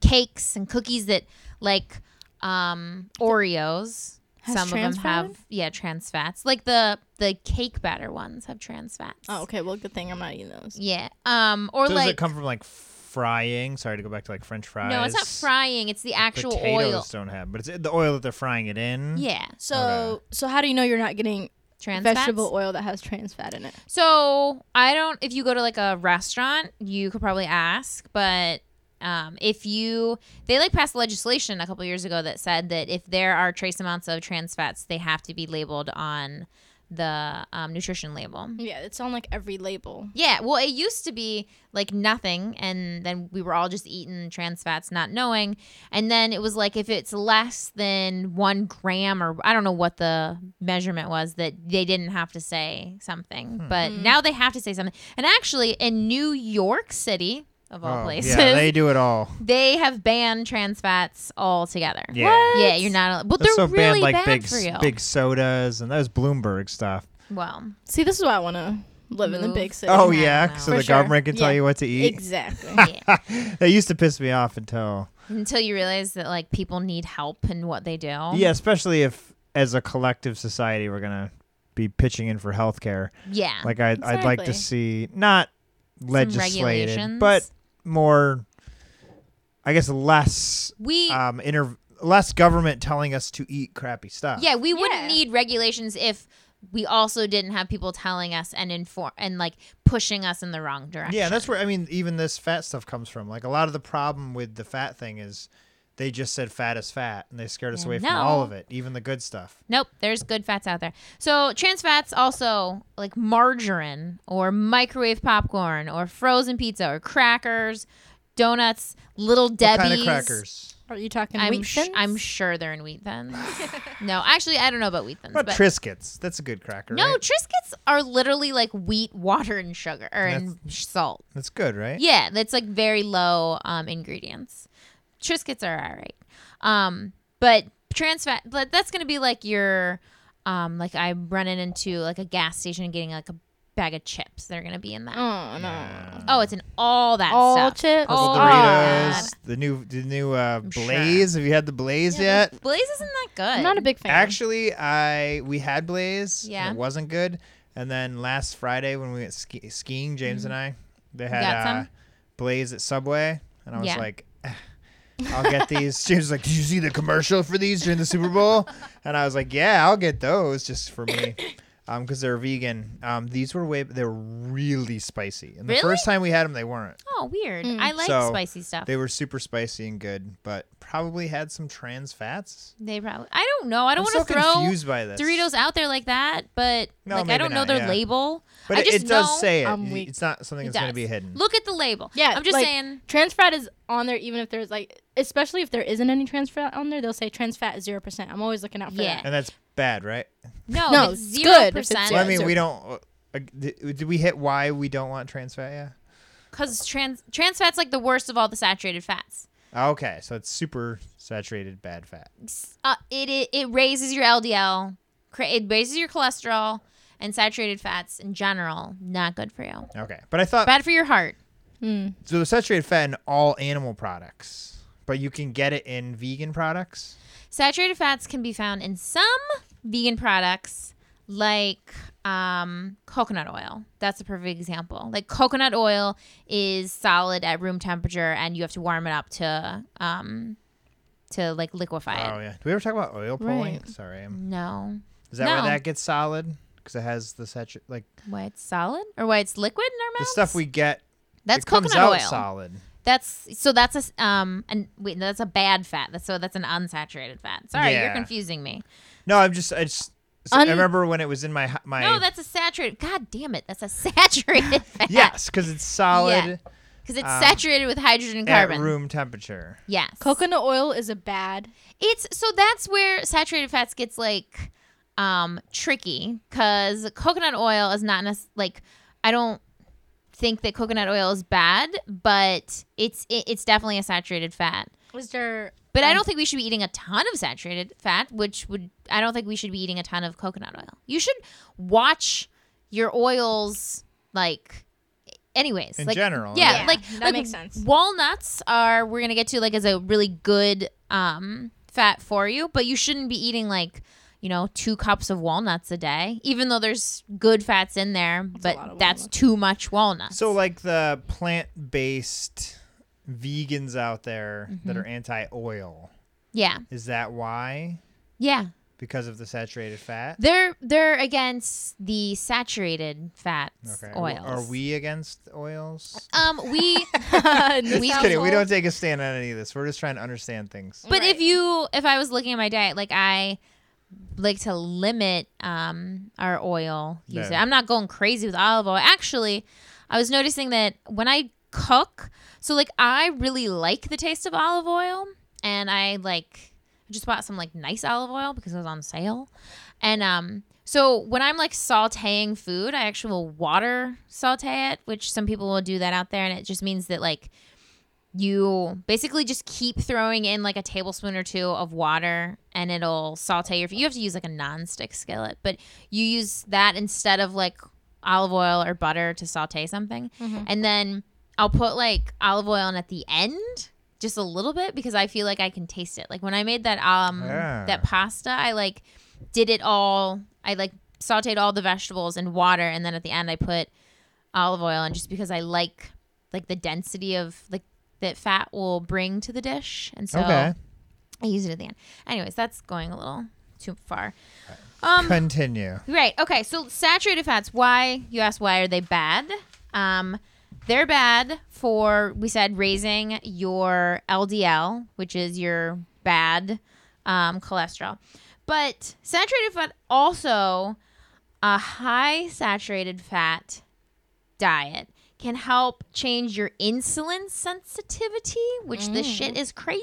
[SPEAKER 1] cakes and cookies that like um, Oreos.
[SPEAKER 2] Has
[SPEAKER 1] Some of them
[SPEAKER 2] trans fat in
[SPEAKER 1] have yeah trans fats, like the the cake batter ones have trans fats.
[SPEAKER 2] Oh, okay. Well, good thing I'm not eating those.
[SPEAKER 1] Yeah. Um. Or
[SPEAKER 3] Does
[SPEAKER 1] like
[SPEAKER 3] it come from like frying? Sorry to go back to like French fries.
[SPEAKER 1] no, it's not frying. It's the actual
[SPEAKER 3] Potatoes
[SPEAKER 1] oil.
[SPEAKER 3] don't have, but it's the oil that they're frying it in.
[SPEAKER 1] Yeah.
[SPEAKER 2] So
[SPEAKER 3] Okay.
[SPEAKER 2] so how do you know you're not getting
[SPEAKER 1] Trans
[SPEAKER 2] vegetable
[SPEAKER 1] fats.
[SPEAKER 2] oil that has trans fat in it?
[SPEAKER 1] So I don't. If you go to like a restaurant, you could probably ask. But um, if you, they like passed legislation a couple years ago that said that if there are trace amounts of trans fats, they have to be labeled on the um, nutrition label.
[SPEAKER 2] Yeah, it's on like every label.
[SPEAKER 1] Yeah, well, it used to be like nothing, and then we were all just eating trans fats, not knowing. And then it was like if it's less than one gram, or I don't know what the measurement was, that they didn't have to say something.
[SPEAKER 3] Hmm.
[SPEAKER 1] But now they have to say something. And actually, in New York City, of all
[SPEAKER 3] Oh,
[SPEAKER 1] places,
[SPEAKER 3] Yeah,
[SPEAKER 1] *laughs* they-,
[SPEAKER 3] they do it all.
[SPEAKER 1] have banned trans fats altogether.
[SPEAKER 3] Yeah.
[SPEAKER 1] Yeah, you're not. al- But
[SPEAKER 3] That's
[SPEAKER 1] they're
[SPEAKER 3] so banned
[SPEAKER 1] really
[SPEAKER 3] like
[SPEAKER 1] bad
[SPEAKER 3] big
[SPEAKER 1] for you.
[SPEAKER 3] big sodas and that was Bloomberg stuff.
[SPEAKER 1] Well,
[SPEAKER 2] See, this is why I want to live in the
[SPEAKER 1] Move.
[SPEAKER 2] big city.
[SPEAKER 3] Oh
[SPEAKER 1] yeah,
[SPEAKER 3] yeah,
[SPEAKER 1] wow.
[SPEAKER 3] so
[SPEAKER 2] For
[SPEAKER 3] the
[SPEAKER 2] sure.
[SPEAKER 3] government can tell
[SPEAKER 2] Yeah.
[SPEAKER 3] you what to eat.
[SPEAKER 2] exactly.
[SPEAKER 1] yeah.
[SPEAKER 3] That used to piss me off until
[SPEAKER 1] until you realize that like people need help in what they do.
[SPEAKER 3] yeah, especially if as a collective society we're gonna be pitching in for healthcare.
[SPEAKER 1] Yeah.
[SPEAKER 3] Like I, I'd like to
[SPEAKER 2] Exactly.
[SPEAKER 3] see not legislated,
[SPEAKER 1] regulations.
[SPEAKER 3] but more, I guess less
[SPEAKER 1] we
[SPEAKER 3] um inter less government telling us to eat crappy stuff.
[SPEAKER 1] yeah we wouldn't
[SPEAKER 2] Yeah.
[SPEAKER 1] need regulations if we also didn't have people telling us and inform and like pushing us in the wrong direction
[SPEAKER 3] Yeah, that's where I mean even this fat stuff comes from. Like a lot of the problem with the fat thing is they just said fat is fat and they scared us
[SPEAKER 1] Yeah,
[SPEAKER 3] away from
[SPEAKER 1] no.
[SPEAKER 3] all of it, even the good stuff.
[SPEAKER 1] nope there's good fats out there so trans fats also like margarine or microwave popcorn or frozen pizza or crackers donuts little
[SPEAKER 3] What
[SPEAKER 1] debbie's
[SPEAKER 3] kind of crackers?
[SPEAKER 2] Are you talking
[SPEAKER 1] I'm,
[SPEAKER 2] wheat
[SPEAKER 1] sh-
[SPEAKER 2] thins?
[SPEAKER 1] I'm sure they're in wheat
[SPEAKER 2] *laughs*
[SPEAKER 1] thins no actually i don't know about wheat thins
[SPEAKER 3] What
[SPEAKER 1] but
[SPEAKER 3] about Triscuits? That's a good cracker.
[SPEAKER 1] no
[SPEAKER 3] right?
[SPEAKER 1] triscuits are literally like wheat water and sugar or and salt
[SPEAKER 3] that's good,
[SPEAKER 1] *laughs*
[SPEAKER 3] right?
[SPEAKER 1] Yeah, that's like very low um, ingredients. Triscuits are all right. Um, but trans fat, but that's going to be like your, um, like I'm running into like a gas station and getting like a bag of chips. They're going to be in that.
[SPEAKER 2] Oh no.
[SPEAKER 1] Oh, it's in all that
[SPEAKER 2] All
[SPEAKER 1] stuff.
[SPEAKER 2] chips?
[SPEAKER 3] Purple
[SPEAKER 1] All
[SPEAKER 3] Doritos,
[SPEAKER 1] that.
[SPEAKER 3] the new the new uh,
[SPEAKER 1] Oh, sure.
[SPEAKER 3] Blaze. Have you had the Blaze
[SPEAKER 1] Yeah,
[SPEAKER 3] yet?
[SPEAKER 1] but Blaze isn't that good.
[SPEAKER 2] I'm not a big fan.
[SPEAKER 3] Actually, I we had Blaze. and
[SPEAKER 1] Yeah.
[SPEAKER 3] it wasn't good. And then last Friday when we went ski- skiing, James and I, they had
[SPEAKER 1] Mm-hmm. got
[SPEAKER 3] uh,
[SPEAKER 1] some?
[SPEAKER 3] Blaze at Subway, and I was
[SPEAKER 1] Yeah.
[SPEAKER 3] like, "Eh, I'll
[SPEAKER 1] *laughs*
[SPEAKER 3] get these. James was like, Did you see the commercial for these during the Super Bowl? And I was like, Yeah, I'll get those just for
[SPEAKER 1] *laughs*
[SPEAKER 3] me. Um, because they're vegan. Um, these were way they were really spicy. And the
[SPEAKER 1] Really?
[SPEAKER 3] first time we had them, they weren't.
[SPEAKER 1] Oh, weird.
[SPEAKER 2] Mm.
[SPEAKER 1] I like
[SPEAKER 3] So,
[SPEAKER 1] spicy stuff. They,
[SPEAKER 3] They were super spicy and good, but probably had some trans fats.
[SPEAKER 1] probably. I don't know. I
[SPEAKER 3] I'm
[SPEAKER 1] don't
[SPEAKER 3] so
[SPEAKER 1] want to throw
[SPEAKER 3] confused by this.
[SPEAKER 1] Doritos out there like that, but
[SPEAKER 3] No,
[SPEAKER 1] like I
[SPEAKER 3] maybe
[SPEAKER 1] don't know
[SPEAKER 3] not,
[SPEAKER 1] their
[SPEAKER 3] yeah.
[SPEAKER 1] label.
[SPEAKER 3] but
[SPEAKER 1] I
[SPEAKER 3] it,
[SPEAKER 1] just
[SPEAKER 3] it does
[SPEAKER 1] know-
[SPEAKER 3] say it.
[SPEAKER 2] I'm
[SPEAKER 3] Y-
[SPEAKER 2] weak.
[SPEAKER 3] It's not something
[SPEAKER 1] It
[SPEAKER 3] that's going to
[SPEAKER 1] does.
[SPEAKER 3] be hidden.
[SPEAKER 1] Look at the label.
[SPEAKER 2] Yeah,
[SPEAKER 1] I'm just
[SPEAKER 2] like,
[SPEAKER 1] saying.
[SPEAKER 2] Trans fat is on there, even if there's like, especially if there isn't any trans fat on there, they'll say trans fat zero percent. I'm always looking out for
[SPEAKER 1] Yeah.
[SPEAKER 2] that.
[SPEAKER 3] and that's bad, right?
[SPEAKER 1] No,
[SPEAKER 2] No,
[SPEAKER 1] it's
[SPEAKER 2] it's
[SPEAKER 1] zero
[SPEAKER 2] good if it's
[SPEAKER 1] percent.
[SPEAKER 2] Yeah,
[SPEAKER 3] well, I mean,
[SPEAKER 2] so-
[SPEAKER 3] we don't. Uh, did, did we hit why we don't want trans fat? Yeah.
[SPEAKER 1] Because trans trans fat's like the worst of all the saturated fats.
[SPEAKER 3] Okay, so it's super saturated bad fat.
[SPEAKER 1] Uh, it, it it raises your LDL. cra- it raises your cholesterol and saturated fats in general. Not good for you.
[SPEAKER 3] Okay, but I thought
[SPEAKER 1] Bad for your heart.
[SPEAKER 2] Mm.
[SPEAKER 3] so. The saturated fat in all animal products, but you can get it in vegan products.
[SPEAKER 1] Saturated fats can be found in some vegan products like um, coconut oil. That's a perfect example. Like coconut oil is solid at room temperature and you have to warm it up to um, to like liquefy it.
[SPEAKER 3] Oh yeah. Do we ever talk about oil pulling?
[SPEAKER 2] Right.
[SPEAKER 3] Sorry, I'm-
[SPEAKER 1] No.
[SPEAKER 3] is that where
[SPEAKER 1] No.
[SPEAKER 3] that gets solid? Because it has the satur like
[SPEAKER 1] Why it's solid or why it's liquid in our
[SPEAKER 3] the
[SPEAKER 1] mouths?
[SPEAKER 3] stuff we get.
[SPEAKER 1] That's
[SPEAKER 3] it comes
[SPEAKER 1] coconut
[SPEAKER 3] out
[SPEAKER 1] oil.
[SPEAKER 3] solid.
[SPEAKER 1] That's so that's a s- um and wait no, that's a bad fat. That's so that's an unsaturated fat. Sorry, you're
[SPEAKER 3] Yeah.
[SPEAKER 1] confusing me.
[SPEAKER 3] No, I'm just I just
[SPEAKER 2] Un-
[SPEAKER 3] I remember when it was in my h- my
[SPEAKER 1] No, that's a saturated. God damn it, that's a *laughs*
[SPEAKER 3] *laughs*
[SPEAKER 1] saturated fat.
[SPEAKER 3] yes because it's solid
[SPEAKER 1] because it's
[SPEAKER 3] um,
[SPEAKER 1] saturated with hydrogen and
[SPEAKER 3] at
[SPEAKER 1] carbon.
[SPEAKER 3] room temperature.
[SPEAKER 1] Yes,
[SPEAKER 2] Coconut oil is a bad.
[SPEAKER 1] It's so that's where saturated fats gets like um tricky because coconut oil is not necess- like I don't think that coconut oil is bad, but it's it, it's definitely a saturated fat.
[SPEAKER 2] Was there?
[SPEAKER 1] But
[SPEAKER 3] Mm.
[SPEAKER 1] I don't think we should be eating a ton of saturated fat, which would I don't think we should be eating a ton of coconut oil. You should watch your oils like anyways.
[SPEAKER 3] In
[SPEAKER 1] like,
[SPEAKER 3] general,
[SPEAKER 1] Yeah,
[SPEAKER 2] yeah.
[SPEAKER 1] like
[SPEAKER 2] That
[SPEAKER 1] like
[SPEAKER 2] makes sense.
[SPEAKER 1] Walnuts are we're gonna get to like as a really good um fat for you, but you shouldn't be eating like you know, two cups of walnuts a day, even though there's good fats in there,
[SPEAKER 2] a lot
[SPEAKER 1] but
[SPEAKER 2] of
[SPEAKER 1] that's
[SPEAKER 2] walnuts.
[SPEAKER 1] too much walnuts.
[SPEAKER 3] So like the plant based vegans out there
[SPEAKER 1] Mm-hmm.
[SPEAKER 3] that are anti oil.
[SPEAKER 1] yeah,
[SPEAKER 3] Is that why?
[SPEAKER 1] yeah,
[SPEAKER 3] Because of the saturated fat?
[SPEAKER 1] they're they're against the saturated fats
[SPEAKER 3] Okay.
[SPEAKER 1] oils.
[SPEAKER 3] W- Are we against oils?
[SPEAKER 1] Um, we. *laughs*
[SPEAKER 2] we
[SPEAKER 1] We-
[SPEAKER 3] *laughs* Just kidding. We don't take a stand on any of this. We're just trying to understand things.
[SPEAKER 1] But if
[SPEAKER 2] Right.
[SPEAKER 1] you, if I was looking at my diet, like I like to limit um our oil
[SPEAKER 3] Yeah.
[SPEAKER 1] usage. I'm not going crazy with olive oil. Actually, I was noticing that when I cook, so like I really like the taste of olive oil, and I like I just bought some like nice olive oil because it was on sale, and um. So when I'm like sautéing food, I actually will water sauté it, which some people will do that out there, and it just means that like you basically just keep throwing in like a tablespoon or two of water and it'll saute your you have to use like a nonstick skillet but you use that instead of like olive oil or butter to saute something
[SPEAKER 2] Mm-hmm.
[SPEAKER 1] and then i'll put like olive oil in at the end just a little bit because i feel like i can taste it like when i made that um
[SPEAKER 3] Yeah.
[SPEAKER 1] that pasta i like did it all i like sauteed all the vegetables in water and then at the end i put olive oil and just because I like like the density of like that fat will bring to the dish and so
[SPEAKER 3] okay.
[SPEAKER 1] I use it at the end. Anyways, that's going a little too far. Um
[SPEAKER 3] Continue.
[SPEAKER 1] right. Okay, so saturated fats, why you asked why are they bad? Um they're bad for we said raising your LDL, which is your bad um, cholesterol. But saturated fat also a high saturated fat diet can help change your insulin sensitivity, which this shit is crazy.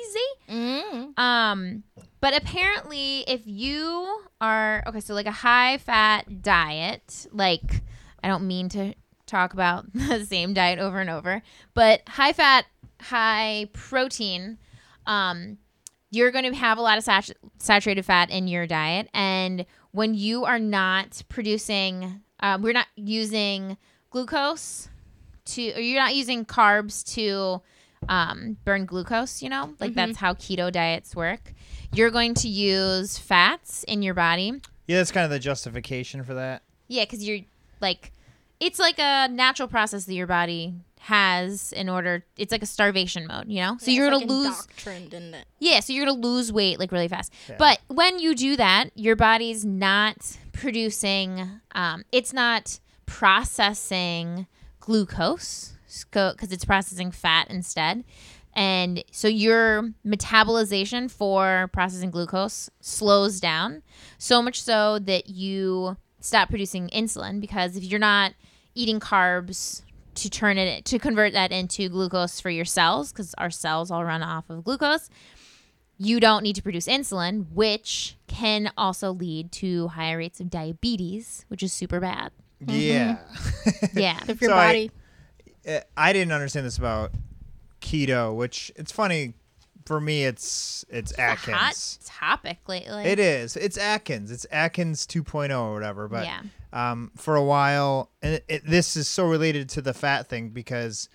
[SPEAKER 1] Um, but apparently, if you are okay, so like a high fat diet, like I don't mean to talk about *laughs* the same diet over and over, but high fat, high protein, um, you're going to have a lot of satu- saturated fat in your diet and when you are not producing uh, we're not using glucose to or you're not using carbs to um, burn glucose you know like that's how keto diets work you're going to use fats in your body
[SPEAKER 3] Yeah, that's kind of the justification for that.
[SPEAKER 1] yeah, because you're like, it's like a natural process that your body has in order. It's like a starvation mode, you know. So you're gonna lose.
[SPEAKER 2] Doctrined in it.
[SPEAKER 1] Yeah, so you're gonna lose weight like really fast. But when you do that, your body's not producing. Um, it's not processing glucose because it's processing fat instead. And so your metabolization for processing glucose slows down so much so that you stop producing insulin because if you're not eating carbs to turn it to convert that into glucose for your cells because our cells all run off of glucose you don't need to produce insulin which can also lead to higher rates of diabetes which is super bad
[SPEAKER 3] Yeah.
[SPEAKER 1] yeah
[SPEAKER 2] If your
[SPEAKER 3] So I-
[SPEAKER 2] body,
[SPEAKER 3] Uh, I didn't understand this about keto, which it's funny for me, it's it's
[SPEAKER 1] It's a hot
[SPEAKER 3] Atkins.
[SPEAKER 1] topic lately.
[SPEAKER 3] It is. It's Atkins. It's Atkins 2.0 or whatever. But
[SPEAKER 1] Yeah.
[SPEAKER 3] um, for a while, and it, it, this is so related to the fat thing because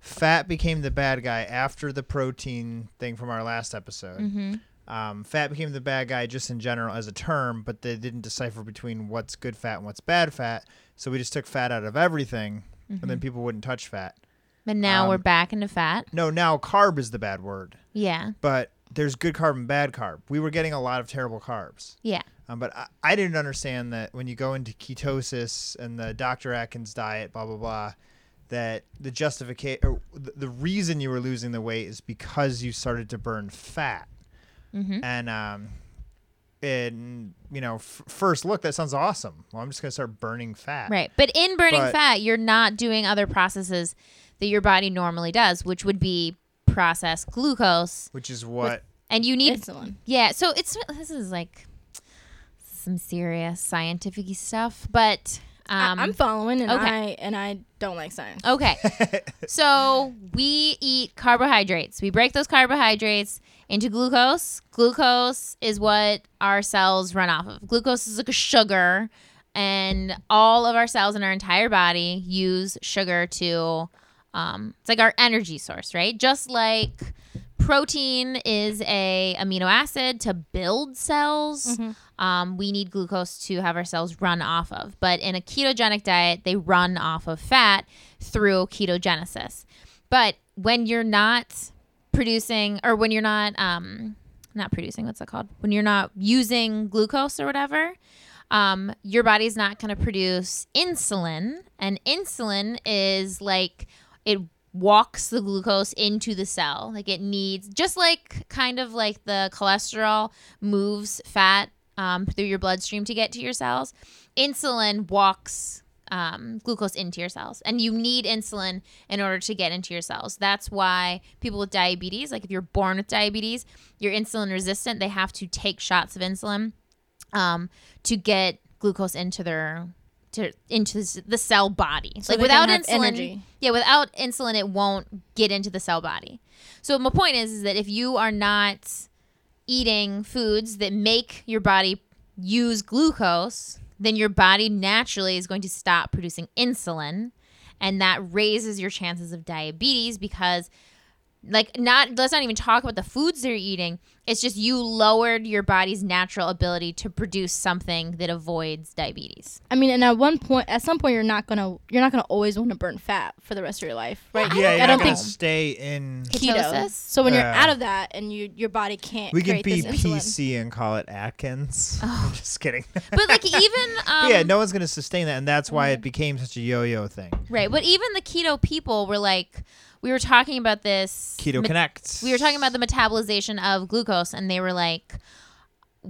[SPEAKER 3] fat became the bad guy after the protein thing from our last episode.
[SPEAKER 1] Mm-hmm.
[SPEAKER 3] Um, fat became the bad guy just in general as a term, but they didn't decipher between what's good fat and what's bad fat. So we just took fat out of everything, and
[SPEAKER 1] Mm-hmm.
[SPEAKER 3] then people wouldn't touch fat.
[SPEAKER 1] But now we're
[SPEAKER 3] Um,
[SPEAKER 1] back into fat.
[SPEAKER 3] No, now carb is the bad word,
[SPEAKER 1] Yeah.
[SPEAKER 3] but there's good carb and bad carb. We were getting a lot of terrible carbs.
[SPEAKER 1] Yeah.
[SPEAKER 3] Um, but I, I didn't understand that when you go into ketosis and the Dr. Atkins diet, blah blah blah, that the justification, or the, the reason you were losing the weight is because you started to burn fat. And um, and you know, f- first look, that sounds awesome. Well, I'm just gonna start burning fat.
[SPEAKER 1] Right. But in burning
[SPEAKER 3] But-
[SPEAKER 1] fat, you're not doing other processes that your body normally does, which would be process glucose.
[SPEAKER 3] Which is what
[SPEAKER 1] And you need
[SPEAKER 2] Insulin.
[SPEAKER 1] Yeah, so it's this is like some serious scientific stuff, but um
[SPEAKER 2] I, am following, and
[SPEAKER 1] okay.
[SPEAKER 2] I and I don't like science.
[SPEAKER 1] Okay. so we eat carbohydrates. We break those carbohydrates into glucose. Glucose is what our cells run off of. Glucose is like a sugar, and all of our cells in our entire body use sugar to. Um, it's like our energy source, right? Just like protein is a amino acid to build cells. Um, we need glucose to have our cells run off of. But in a ketogenic diet, they run off of fat through ketogenesis. But when you're not producing, or when you're not, um, not producing, what's that called? When you're not using glucose or whatever, um, your body's not going to produce insulin. And insulin is like it walks the glucose into the cell. Like it needs, just like kind of like the cholesterol moves fat um, through your bloodstream to get to your cells, insulin walks. Um, glucose into your cells, and you need insulin in order to get into your cells. That's why people with diabetes, like if you're born with diabetes, you're insulin resistant, they have to take shots of insulin um, to get glucose into their to, into s- the cell body.
[SPEAKER 2] So
[SPEAKER 1] like
[SPEAKER 2] they can
[SPEAKER 1] without
[SPEAKER 2] have
[SPEAKER 1] insulin,
[SPEAKER 2] energy.
[SPEAKER 1] yeah, without insulin, it won't get into the cell body. So my point is, is that if you are not eating foods that make your body use glucose, then your body naturally is going to stop producing insulin, and that raises your chances of diabetes because like not let's not even talk about the foods they're eating it's just you lowered your body's natural ability to produce something that avoids diabetes
[SPEAKER 2] I mean, and at one point, at some point, you're not gonna you're not gonna always want to burn fat for the rest of your life,
[SPEAKER 1] I
[SPEAKER 2] right?
[SPEAKER 3] yeah,
[SPEAKER 1] don't-
[SPEAKER 3] you're
[SPEAKER 1] I
[SPEAKER 3] not
[SPEAKER 1] don't
[SPEAKER 3] gonna
[SPEAKER 1] think-
[SPEAKER 3] stay in.
[SPEAKER 1] Ketosis?
[SPEAKER 2] Keto. So when you're
[SPEAKER 3] Yeah.
[SPEAKER 2] out of that, and you your body can't
[SPEAKER 3] We can
[SPEAKER 2] create
[SPEAKER 3] be
[SPEAKER 2] this insulin.
[SPEAKER 3] PC and call it Atkins. *laughs* I'm just kidding.
[SPEAKER 1] but
[SPEAKER 3] *laughs*
[SPEAKER 1] like even um,
[SPEAKER 3] yeah, no one's gonna sustain that, and that's why it became such a yo-yo thing.
[SPEAKER 1] right but even the keto people were like we were talking about this
[SPEAKER 3] Keto
[SPEAKER 1] met-
[SPEAKER 3] Connect.
[SPEAKER 1] we were talking about the metabolization of glucose and they were like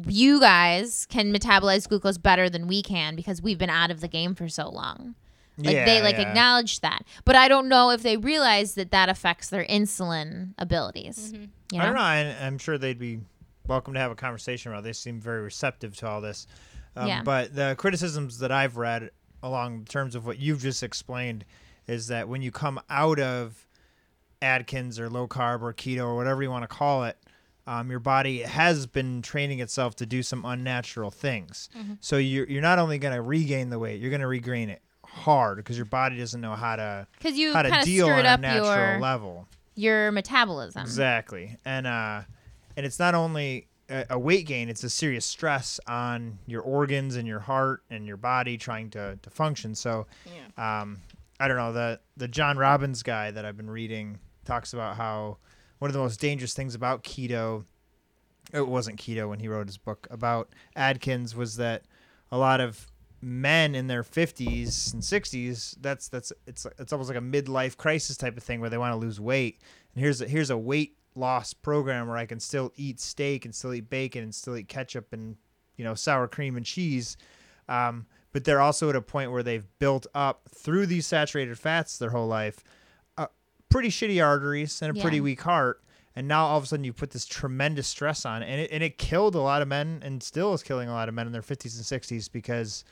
[SPEAKER 1] you guys can metabolize glucose better than we can because we've been out of the game for so long like they like acknowledged that but i don't know if they realize that that affects their insulin abilities you
[SPEAKER 3] I don't know. I, I'm sure they'd be welcome to have a conversation about. it. They seem very receptive to all this. Um,
[SPEAKER 1] Yeah.
[SPEAKER 3] But the criticisms that I've read along terms of what you've just explained is that when you come out of Atkins or low carb or keto or whatever you want to call it, um, your body has been training itself to do some unnatural things.
[SPEAKER 1] Mm-hmm.
[SPEAKER 3] So you're, you're not only going to regain the weight, you're going to regain it hard because your body doesn't know how to
[SPEAKER 1] because you
[SPEAKER 3] how to
[SPEAKER 1] kind of
[SPEAKER 3] deal on
[SPEAKER 1] screwed
[SPEAKER 3] a
[SPEAKER 1] up
[SPEAKER 3] natural
[SPEAKER 1] your
[SPEAKER 3] level.
[SPEAKER 1] your metabolism
[SPEAKER 3] Exactly, and uh, and it's not only a, a weight gain; it's a serious stress on your organs and your heart and your body trying to to function. So, um, I don't know the the John Robbins guy that I've been reading talks about how one of the most dangerous things about keto, it wasn't keto when he wrote his book about Adkins, was that a lot of men in their 50s and 60s that's that's it's it's almost like a midlife crisis type of thing where they want to lose weight and here's a, here's a weight loss program where I can still eat steak and still eat bacon and still eat ketchup and you know sour cream and cheese, um, but they're also at a point where they've built up through these saturated fats their whole life, uh, pretty shitty arteries and a
[SPEAKER 1] Yeah.
[SPEAKER 3] pretty weak heart, and now all of a sudden you put this tremendous stress on, it. and it and it killed a lot of men and still is killing a lot of men in their fifties and sixties because.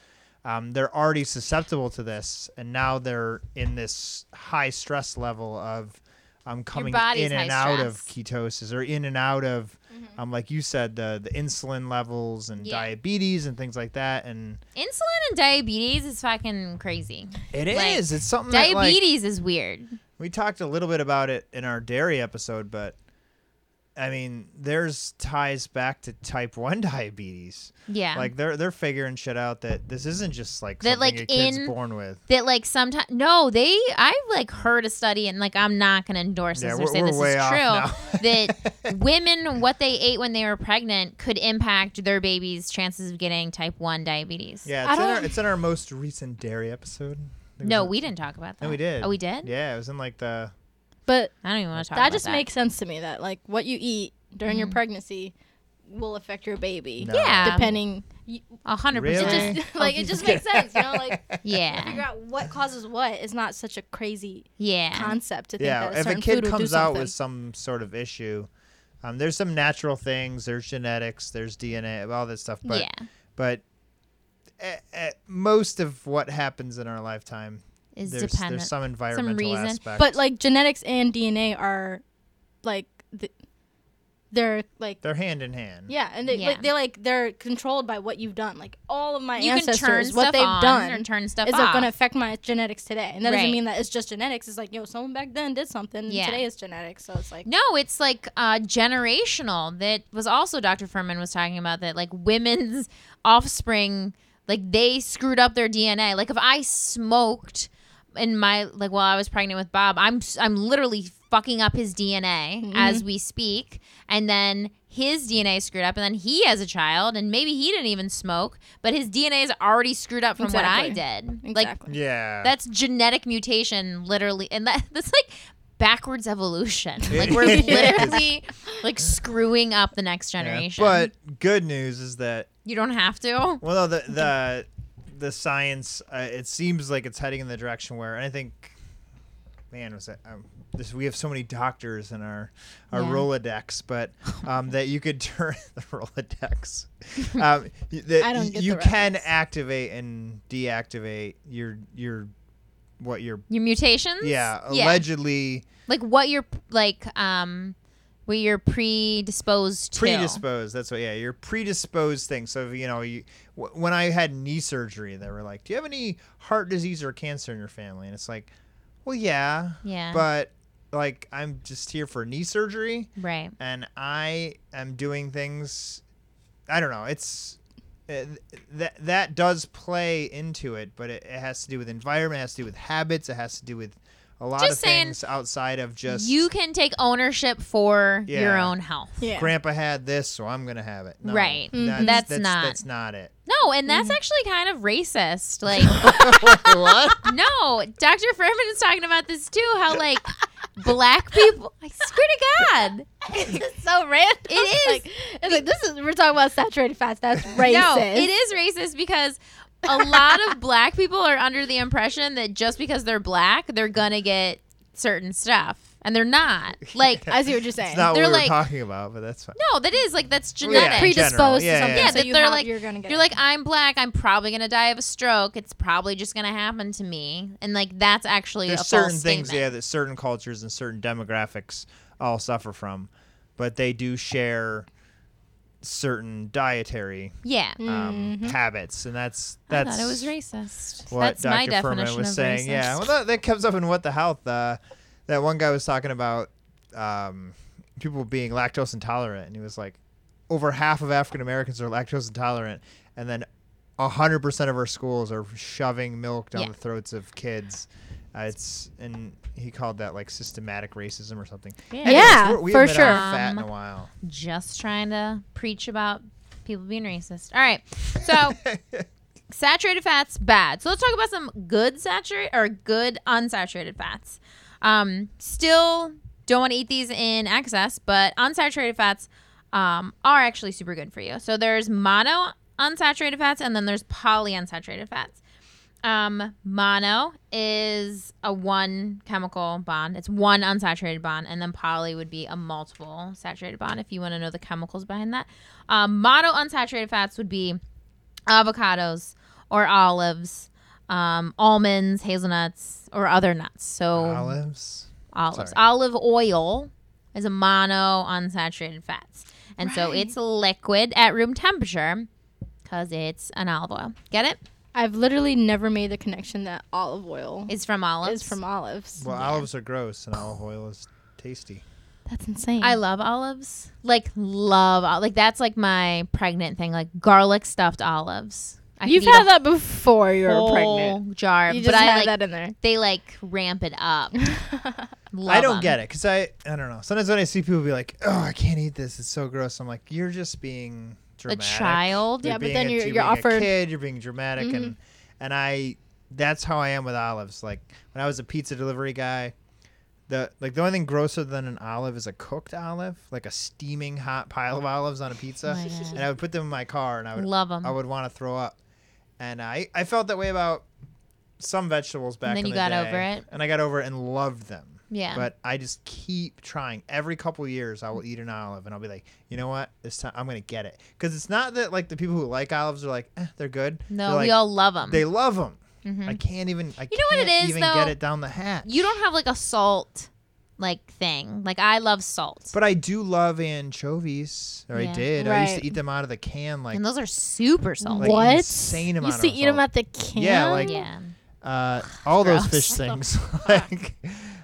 [SPEAKER 3] Um, they're already susceptible to this, and now they're in this high stress level of I'm coming
[SPEAKER 1] body's
[SPEAKER 3] in and
[SPEAKER 1] high Mm-hmm.
[SPEAKER 3] out of ketosis or in and out of, um, like you said, the the insulin levels and
[SPEAKER 1] Yeah.
[SPEAKER 3] diabetes and things like that. And
[SPEAKER 1] Insulin and diabetes is fucking crazy.
[SPEAKER 3] it is.
[SPEAKER 1] Like,
[SPEAKER 3] It's something that like,
[SPEAKER 1] Diabetes is weird.
[SPEAKER 3] we talked a little bit about it in our dairy episode, but I mean, there's ties back to type *laughs* one diabetes.
[SPEAKER 1] Yeah.
[SPEAKER 3] Like they're they're figuring shit out that this isn't just like
[SPEAKER 1] That,
[SPEAKER 3] something
[SPEAKER 1] like,
[SPEAKER 3] a kid's
[SPEAKER 1] in-
[SPEAKER 3] born with.
[SPEAKER 1] that like sometimes no they i've like heard a study and like i'm not gonna endorse this
[SPEAKER 3] Yeah,
[SPEAKER 1] or
[SPEAKER 3] we're-
[SPEAKER 1] say
[SPEAKER 3] we're
[SPEAKER 1] this
[SPEAKER 3] way
[SPEAKER 1] is
[SPEAKER 3] off
[SPEAKER 1] true
[SPEAKER 3] *laughs*
[SPEAKER 1] that women what they ate when they were pregnant could impact their baby's chances of getting type 1 diabetes
[SPEAKER 3] Yeah,
[SPEAKER 2] I
[SPEAKER 3] it's in, our,
[SPEAKER 2] don't-
[SPEAKER 3] it's in our most recent dairy episode. There was
[SPEAKER 1] no
[SPEAKER 3] a-
[SPEAKER 1] we didn't talk about that
[SPEAKER 3] no, we did.
[SPEAKER 1] oh we did
[SPEAKER 3] Yeah, it was in like the
[SPEAKER 2] But
[SPEAKER 1] i don't even want to talk
[SPEAKER 2] that
[SPEAKER 1] about Mm-hmm.
[SPEAKER 2] just makes sense to me that like what you eat during your pregnancy will affect your baby
[SPEAKER 3] No.
[SPEAKER 1] yeah
[SPEAKER 2] depending you,
[SPEAKER 1] a 100%
[SPEAKER 3] Really?
[SPEAKER 2] it just *laughs* like it just makes sense you
[SPEAKER 3] *laughs*
[SPEAKER 2] know like figure *laughs*
[SPEAKER 1] yeah
[SPEAKER 2] out what causes what is not such a crazy
[SPEAKER 1] yeah
[SPEAKER 2] concept to think
[SPEAKER 3] yeah.
[SPEAKER 2] that a
[SPEAKER 3] If a
[SPEAKER 2] certain
[SPEAKER 3] kid
[SPEAKER 2] food will do
[SPEAKER 3] comes out
[SPEAKER 2] something
[SPEAKER 3] with some sort of issue, um, there's some natural things. There's genetics. There's DNA. All that stuff. But
[SPEAKER 1] yeah
[SPEAKER 3] but a a- most of what happens in our lifetime
[SPEAKER 1] is
[SPEAKER 3] there's,
[SPEAKER 1] dependent
[SPEAKER 3] there's some environmental
[SPEAKER 1] reason.
[SPEAKER 3] aspect.
[SPEAKER 2] but like genetics and dna are like th- they're like
[SPEAKER 3] they're hand in hand.
[SPEAKER 2] yeah and they
[SPEAKER 1] Yeah.
[SPEAKER 2] like they like they're controlled by what you've done like all of my
[SPEAKER 1] you can
[SPEAKER 2] ancestors
[SPEAKER 1] turn
[SPEAKER 2] what
[SPEAKER 1] stuff
[SPEAKER 2] they've
[SPEAKER 1] on
[SPEAKER 2] done
[SPEAKER 1] or turn stuff
[SPEAKER 2] is
[SPEAKER 1] off
[SPEAKER 2] it going to affect my genetics today? And that
[SPEAKER 1] Right.
[SPEAKER 2] doesn't mean that it's just genetics. It's like, yo, someone back then did something.
[SPEAKER 1] Yeah.
[SPEAKER 2] And today is genetics. So it's like,
[SPEAKER 1] No, it's like uh, generational. That was also Dr. Furman was talking about that, like women's offspring, like they screwed up their DNA. Like if I smoked in my like while I was pregnant with Bob, I'm s- I'm literally fucking up his DNA
[SPEAKER 2] Mm-hmm.
[SPEAKER 1] as we speak, and then his DNA is screwed up, and then he has a child, and maybe he didn't even smoke, but his DNA is already screwed up from
[SPEAKER 2] Exactly.
[SPEAKER 1] what I did. Like
[SPEAKER 2] exactly.
[SPEAKER 3] Yeah.
[SPEAKER 1] that's genetic mutation, literally, and that *laughs* that's like backwards evolution.
[SPEAKER 3] It
[SPEAKER 1] Like we're
[SPEAKER 3] is.
[SPEAKER 1] literally like screwing up the next
[SPEAKER 3] Yeah.
[SPEAKER 1] generation.
[SPEAKER 3] But good news is that
[SPEAKER 1] you don't have to.
[SPEAKER 3] well, no, the the the science uh, it seems like it's heading in the direction where, and I think, man, was that um, this? We have so many doctors in our our
[SPEAKER 1] Yeah.
[SPEAKER 3] Rolodex, but um, that you could *laughs* turn the
[SPEAKER 2] *laughs*
[SPEAKER 3] Rolodex. Um, y- that
[SPEAKER 2] I don't
[SPEAKER 3] y-
[SPEAKER 2] get
[SPEAKER 3] you
[SPEAKER 2] the
[SPEAKER 3] can activate and deactivate your your what your
[SPEAKER 1] Your mutations.
[SPEAKER 3] yeah
[SPEAKER 1] Yeah.
[SPEAKER 3] allegedly
[SPEAKER 1] Like what you're like um, what you're predisposed to.
[SPEAKER 3] predisposed. That's what. Yeah, you're predisposed thing. So you know, you w- when I had knee surgery, they were like, "Do you have any heart disease or cancer in your family?" And it's like, "Well, yeah,
[SPEAKER 1] Yeah.
[SPEAKER 3] but like I'm just here for knee surgery,
[SPEAKER 1] right.
[SPEAKER 3] and I am doing things. I don't know. It's uh, that that does play into it, but it, it has to do with environment, it has to do with habits, it has to do with a lot
[SPEAKER 1] Just
[SPEAKER 3] of
[SPEAKER 1] saying,
[SPEAKER 3] things outside of just
[SPEAKER 1] you can take ownership for your
[SPEAKER 3] Yeah.
[SPEAKER 1] own health.
[SPEAKER 2] Yeah.
[SPEAKER 3] grandpa had this, so I'm gonna have it. No,
[SPEAKER 1] Right. Mhm. That's
[SPEAKER 3] That's, that's
[SPEAKER 1] not-
[SPEAKER 3] That's
[SPEAKER 1] *laughs*
[SPEAKER 3] not it.
[SPEAKER 1] No, and that's actually kind of
[SPEAKER 3] *laughs*
[SPEAKER 1] racist. Like
[SPEAKER 3] what?
[SPEAKER 1] *laughs* No, Dr. Furman is talking about this too. How like black people? I swear to God,
[SPEAKER 2] *laughs* it's so random. It
[SPEAKER 1] is.
[SPEAKER 2] Like, it's like, this is, we're talking about saturated fats. That's racist.
[SPEAKER 1] *laughs* no, it is racist because a lot of black people are under the impression that just because they're black, they're gonna get certain stuff, and they're
[SPEAKER 3] *laughs*
[SPEAKER 1] not. Like,
[SPEAKER 2] I see what you're saying.
[SPEAKER 3] It's not
[SPEAKER 1] They're
[SPEAKER 3] what we
[SPEAKER 1] like-
[SPEAKER 3] we're talking about, but that's fine.
[SPEAKER 1] no, that is like that's
[SPEAKER 3] Well, yeah,
[SPEAKER 1] genetic.
[SPEAKER 2] predisposed
[SPEAKER 3] general.
[SPEAKER 2] to
[SPEAKER 3] Yeah,
[SPEAKER 2] something.
[SPEAKER 1] yeah.
[SPEAKER 2] so
[SPEAKER 1] that
[SPEAKER 2] you
[SPEAKER 1] they're
[SPEAKER 2] have-
[SPEAKER 1] like-
[SPEAKER 2] you're going to get
[SPEAKER 1] You're
[SPEAKER 2] it.
[SPEAKER 1] like, I'm black. I'm probably gonna die of a stroke. It's probably just gonna happen to me, and like that's actually a
[SPEAKER 3] There's
[SPEAKER 1] false
[SPEAKER 3] certain things,
[SPEAKER 1] statement.
[SPEAKER 3] yeah, that certain cultures and certain demographics all suffer from, but they do share certain dietary
[SPEAKER 1] Yeah.
[SPEAKER 3] um, habits, and that's
[SPEAKER 1] Mm-hmm. I
[SPEAKER 3] that's
[SPEAKER 1] thought it was racist.
[SPEAKER 3] what
[SPEAKER 1] That's
[SPEAKER 3] Dr.
[SPEAKER 1] my
[SPEAKER 3] Furman
[SPEAKER 1] definition
[SPEAKER 3] was
[SPEAKER 1] of
[SPEAKER 3] saying.
[SPEAKER 1] racist.
[SPEAKER 3] Yeah, well, that, that comes up in what the health. Uh, that one guy was talking about um, people being lactose intolerant, and he was like, over half of African Americans are lactose intolerant, and then hundred percent of our schools are shoving milk down
[SPEAKER 1] Yeah.
[SPEAKER 3] the throats of kids. Uh, it's and he called that like systematic racism or something.
[SPEAKER 1] Yeah.
[SPEAKER 3] Anyways,
[SPEAKER 2] Yeah,
[SPEAKER 3] we're- we
[SPEAKER 2] for
[SPEAKER 3] haven't been on
[SPEAKER 1] sure.
[SPEAKER 3] Fat in
[SPEAKER 1] Um,
[SPEAKER 3] a while.
[SPEAKER 1] just trying to preach about people being racist. All right. So
[SPEAKER 3] *laughs*
[SPEAKER 1] saturated fats bad. So let's talk about some good saturated or good unsaturated fats. Um still don't want to eat these in excess, but unsaturated fats um, are actually super good for you. So there's mono unsaturated fats and then there's polyunsaturated fats. Um, mono is a one chemical bond. It's one unsaturated bond, and then poly would be a multiple saturated bond. If you want to know the chemicals behind that, um, mono unsaturated fats would be avocados or olives, um, almonds, hazelnuts, or other nuts. So
[SPEAKER 3] Olives.
[SPEAKER 1] olives.
[SPEAKER 3] Sorry.
[SPEAKER 1] Olive oil is a mono unsaturated fats. And so it's liquid at room temperature because it's an olive oil. Get it?
[SPEAKER 2] I've literally never made the connection that olive oil
[SPEAKER 1] It's from olives.
[SPEAKER 2] is from olives.
[SPEAKER 3] Well, olives are gross, and olive oil is tasty.
[SPEAKER 2] That's insane.
[SPEAKER 1] I love olives. Like love ol- like that's like my pregnant thing. Like garlic stuffed olives. I
[SPEAKER 2] You've
[SPEAKER 1] could eat
[SPEAKER 2] had
[SPEAKER 1] a
[SPEAKER 2] that before you were
[SPEAKER 1] whole
[SPEAKER 2] pregnant.
[SPEAKER 1] jar,
[SPEAKER 2] You
[SPEAKER 1] but
[SPEAKER 2] just
[SPEAKER 1] I
[SPEAKER 2] had
[SPEAKER 1] like
[SPEAKER 2] that in there.
[SPEAKER 1] they like ramp it
[SPEAKER 2] *laughs*
[SPEAKER 1] up.
[SPEAKER 3] I don't get it because I I don't know. Sometimes when I see people be like, "Oh, I can't eat this. It's so gross," I'm like, "You're just being
[SPEAKER 1] A
[SPEAKER 3] dramatic."
[SPEAKER 1] child.
[SPEAKER 2] Yeah.
[SPEAKER 3] You're
[SPEAKER 2] but
[SPEAKER 3] being
[SPEAKER 2] then
[SPEAKER 3] a-
[SPEAKER 2] you're- you're
[SPEAKER 3] being
[SPEAKER 2] offered-
[SPEAKER 3] a kid. You're being dramatic,
[SPEAKER 1] Mm-hmm.
[SPEAKER 3] and and I that's how I am with olives. Like when I was a pizza delivery guy, the like the only thing grosser than an olive is a cooked olive, like a steaming hot pile of olives on a pizza.
[SPEAKER 1] my God.
[SPEAKER 3] and I would put them in my car, and I would
[SPEAKER 1] Love 'em.
[SPEAKER 3] I would want to throw up, and I I felt that way about some vegetables back.
[SPEAKER 1] then
[SPEAKER 3] in
[SPEAKER 1] you
[SPEAKER 3] the
[SPEAKER 1] got
[SPEAKER 3] day,
[SPEAKER 1] over it.
[SPEAKER 3] and I got over it and loved them.
[SPEAKER 1] Yeah.
[SPEAKER 3] But I just keep trying. Every couple years, I will eat an olive, and I'll be like, you know what? This time I'm gonna get it. Because it's not that like the people who like olives are like, eh, they're good.
[SPEAKER 1] no,
[SPEAKER 3] They're
[SPEAKER 1] we
[SPEAKER 3] like,
[SPEAKER 1] all love them.
[SPEAKER 3] they love them. I can't even. I
[SPEAKER 1] You know what it
[SPEAKER 3] can't
[SPEAKER 1] is,
[SPEAKER 3] even
[SPEAKER 1] though?
[SPEAKER 3] get it down the hat.
[SPEAKER 1] you don't have like a salt like thing. Like I love salt.
[SPEAKER 3] But I do love anchovies, or
[SPEAKER 1] Yeah.
[SPEAKER 3] I did. I used
[SPEAKER 2] Right.
[SPEAKER 3] to eat them out of the can, like
[SPEAKER 1] and those are super salty.
[SPEAKER 3] like
[SPEAKER 2] What?
[SPEAKER 3] insane
[SPEAKER 2] You
[SPEAKER 3] amount.
[SPEAKER 2] used to
[SPEAKER 3] of
[SPEAKER 2] eat them
[SPEAKER 3] salt.
[SPEAKER 2] at the can.
[SPEAKER 3] Yeah, like-
[SPEAKER 1] yeah. *sighs*
[SPEAKER 3] uh, all
[SPEAKER 1] *laughs*
[SPEAKER 3] those
[SPEAKER 1] Gross.
[SPEAKER 3] fish things. *laughs* like,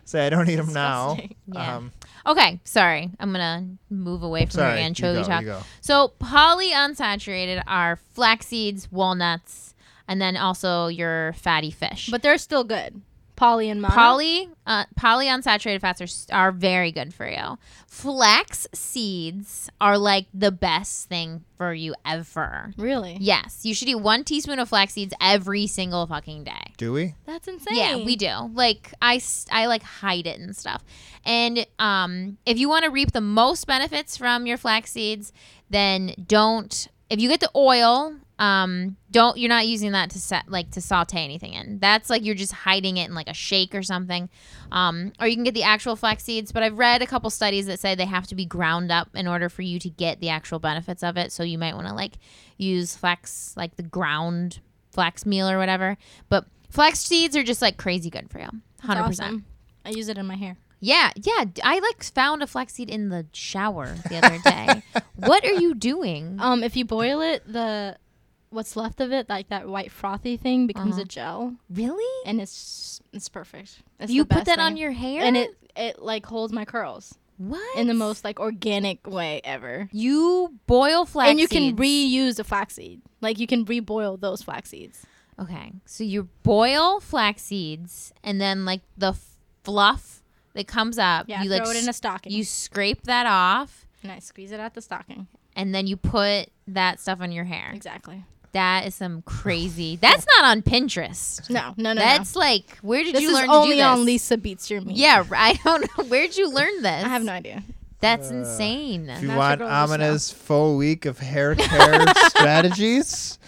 [SPEAKER 3] say I don't eat them now.
[SPEAKER 2] Disgusting.
[SPEAKER 1] Yeah.
[SPEAKER 3] Um,
[SPEAKER 1] Okay, sorry. I'm gonna move away from
[SPEAKER 3] sorry,
[SPEAKER 1] your
[SPEAKER 3] you
[SPEAKER 1] anchovy
[SPEAKER 3] go,
[SPEAKER 1] talk.
[SPEAKER 3] You go.
[SPEAKER 1] So polyunsaturated are flax seeds, walnuts, and then also your fatty fish.
[SPEAKER 2] But they're still good. Polly and mono.
[SPEAKER 1] poly uh, polyunsaturated fats are s- are very good for you. Flax seeds are like the best thing for you ever.
[SPEAKER 2] Really?
[SPEAKER 1] Yes, you should eat one teaspoon of flax seeds every single fucking day.
[SPEAKER 3] Do we?
[SPEAKER 2] That's insane.
[SPEAKER 1] Yeah, we do. Like I, s- I like hide it and stuff. And um, if you want to reap the most benefits from your flax seeds, then don't. If you get the oil, um, don't. You're not using that to set like to saute anything in. That's like you're just hiding it in like a shake or something. Um, or you can get the actual flax seeds. But I've read a couple studies that say they have to be ground up in order for you to get the actual benefits of it. So you might want to like use flax like the ground flax meal or whatever. But flax seeds are just like crazy good for you. 100%.
[SPEAKER 2] It's awesome. I use it in my hair.
[SPEAKER 1] Yeah, yeah. d- I like found a flaxseed in the shower the
[SPEAKER 2] *laughs*
[SPEAKER 1] other day. what are you doing?
[SPEAKER 2] Um, if you boil it, the what's left of it, like that white frothy thing, becomes a gel,
[SPEAKER 1] Really?
[SPEAKER 2] and it's it's perfect. It's
[SPEAKER 1] you
[SPEAKER 2] the
[SPEAKER 1] put
[SPEAKER 2] best
[SPEAKER 1] that on
[SPEAKER 2] thing.
[SPEAKER 1] your hair?
[SPEAKER 2] and it it like holds my curls
[SPEAKER 1] what?
[SPEAKER 2] in the most like organic way ever.
[SPEAKER 1] You boil flax
[SPEAKER 2] and you can
[SPEAKER 1] seeds.
[SPEAKER 2] reuse a flaxseed. Like you can reboil those flax seeds.
[SPEAKER 1] Okay. So you boil flax seeds and then like the fluff that comes up,
[SPEAKER 2] Yeah,
[SPEAKER 1] you
[SPEAKER 2] throw
[SPEAKER 1] like
[SPEAKER 2] it in a
[SPEAKER 1] s-
[SPEAKER 2] stocking.
[SPEAKER 1] you scrape that off
[SPEAKER 2] and I squeeze it out the stocking.
[SPEAKER 1] and then you put that stuff on your hair.
[SPEAKER 2] Exactly.
[SPEAKER 1] That is
[SPEAKER 2] *sighs*
[SPEAKER 1] some crazy. That's not on Pinterest.
[SPEAKER 2] No, no, no. no.
[SPEAKER 1] That's like where did
[SPEAKER 2] this
[SPEAKER 1] you
[SPEAKER 2] is
[SPEAKER 1] learn to
[SPEAKER 2] only
[SPEAKER 1] do this?
[SPEAKER 2] on Lisa beats your meat.
[SPEAKER 1] Yeah, r- I *laughs* don't know. Where'd you learn this?
[SPEAKER 2] *laughs* I have no idea.
[SPEAKER 1] That's insane.
[SPEAKER 3] Uh, If you
[SPEAKER 2] Natural
[SPEAKER 3] want
[SPEAKER 2] girl just now.
[SPEAKER 3] Amina's full week of hair care
[SPEAKER 1] *laughs*
[SPEAKER 3] strategies,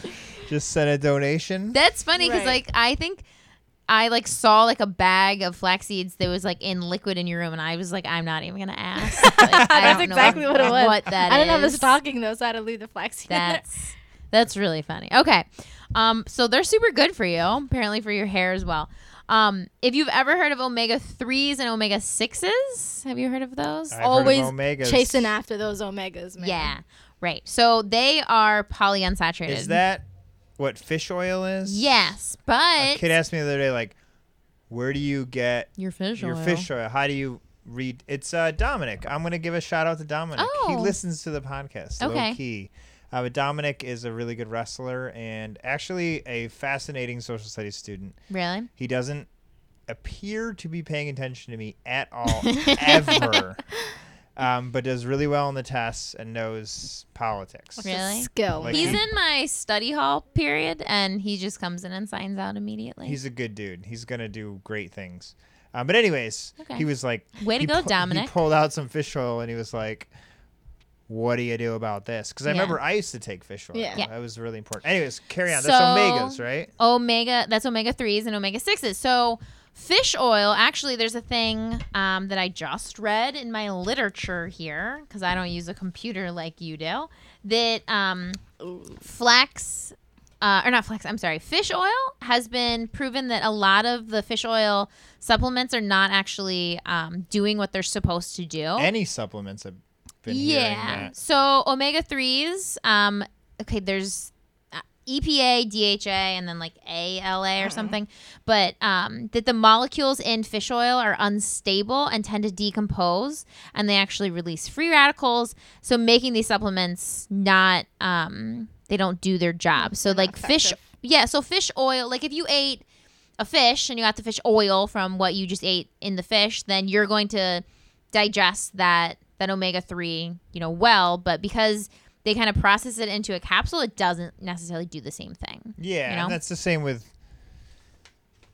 [SPEAKER 3] just send a donation.
[SPEAKER 1] That's funny because
[SPEAKER 2] Right.
[SPEAKER 1] like I think I like saw like a bag of flax seeds that was like in liquid in your room, and I was like, I'm not even gonna
[SPEAKER 2] *laughs*
[SPEAKER 1] ask. Like, I
[SPEAKER 2] That's
[SPEAKER 1] don't know
[SPEAKER 2] exactly what it was.
[SPEAKER 1] What that
[SPEAKER 2] I didn't have a
[SPEAKER 1] is.
[SPEAKER 2] stocking though, so I had to leave the flaxseed. in there.
[SPEAKER 1] That's that's really funny. Okay, um, so they're super good for you, apparently for your hair as well. Um, if you've ever heard of omega threes and omega sixes, have you heard of those?
[SPEAKER 3] I've heard of
[SPEAKER 2] always
[SPEAKER 3] omegas.
[SPEAKER 2] *laughs* chasing after those omegas, man.
[SPEAKER 1] Yeah, right. So they are polyunsaturated.
[SPEAKER 3] Is that what fish oil is?
[SPEAKER 1] Yes,
[SPEAKER 3] A
[SPEAKER 1] but
[SPEAKER 3] kid asked me the other day, like, where do you get
[SPEAKER 1] your fish
[SPEAKER 3] your
[SPEAKER 1] oil.
[SPEAKER 3] fish oil? How do you read? It's uh, Dominic. I'm gonna give a shout out to Dominic. He
[SPEAKER 1] Oh.
[SPEAKER 3] listens to the podcast.
[SPEAKER 1] Okay.
[SPEAKER 3] Low key. Uh, but Dominic is a really good wrestler and actually a fascinating social studies student.
[SPEAKER 1] Really?
[SPEAKER 3] He doesn't appear to be paying attention to me at
[SPEAKER 1] *laughs*
[SPEAKER 3] all, ever. Um, but does really well on the tests and knows politics.
[SPEAKER 1] Okay. Really?
[SPEAKER 2] Skill.
[SPEAKER 3] Like,
[SPEAKER 1] He's
[SPEAKER 2] man.
[SPEAKER 3] he-
[SPEAKER 1] in my study hall period, and he just comes in and signs out immediately.
[SPEAKER 3] He's a good dude. He's gonna do great things. Um, but anyways,
[SPEAKER 1] Okay.
[SPEAKER 3] he was like,
[SPEAKER 1] Way to
[SPEAKER 3] he
[SPEAKER 1] go,
[SPEAKER 3] pu-
[SPEAKER 1] Dominic.
[SPEAKER 3] He pulled out some fish oil and he was like, "What do you do about this?" Because I
[SPEAKER 1] Yeah.
[SPEAKER 3] remember I used to take fish oil.
[SPEAKER 2] Yeah.
[SPEAKER 1] Yeah.
[SPEAKER 3] that was really important. Anyways, carry on.
[SPEAKER 1] So-
[SPEAKER 3] That's omegas, right?
[SPEAKER 1] omega that's omega 3s and omega 6s so fish oil actually there's a thing um, that i just read in my literature here because i don't use a computer like you do that um,
[SPEAKER 2] Ooh.
[SPEAKER 1] flax uh, or not flax, I'm sorry, fish oil has been proven that a lot of the fish oil supplements are not actually um, doing what they're supposed to do.
[SPEAKER 3] Any supplements have been hearing that.
[SPEAKER 1] So omega threes. Um, okay, there's uh, EPA, DHA, and then like ALA
[SPEAKER 3] Mm-hmm.
[SPEAKER 1] or something. But um, that the molecules in fish oil are unstable and tend to decompose, and they actually release free radicals. So making these supplements not um, they don't do their job. So
[SPEAKER 2] They're not
[SPEAKER 1] like fish,
[SPEAKER 2] effective.
[SPEAKER 1] yeah. So fish oil, like if you ate a fish and you got the fish oil from what you just ate in the fish, then you're going to digest that that omega three, you know, well. But because they kind of process it into a capsule, it doesn't necessarily do the same thing.
[SPEAKER 3] Yeah,
[SPEAKER 1] you
[SPEAKER 3] and
[SPEAKER 1] know?
[SPEAKER 3] that's the same with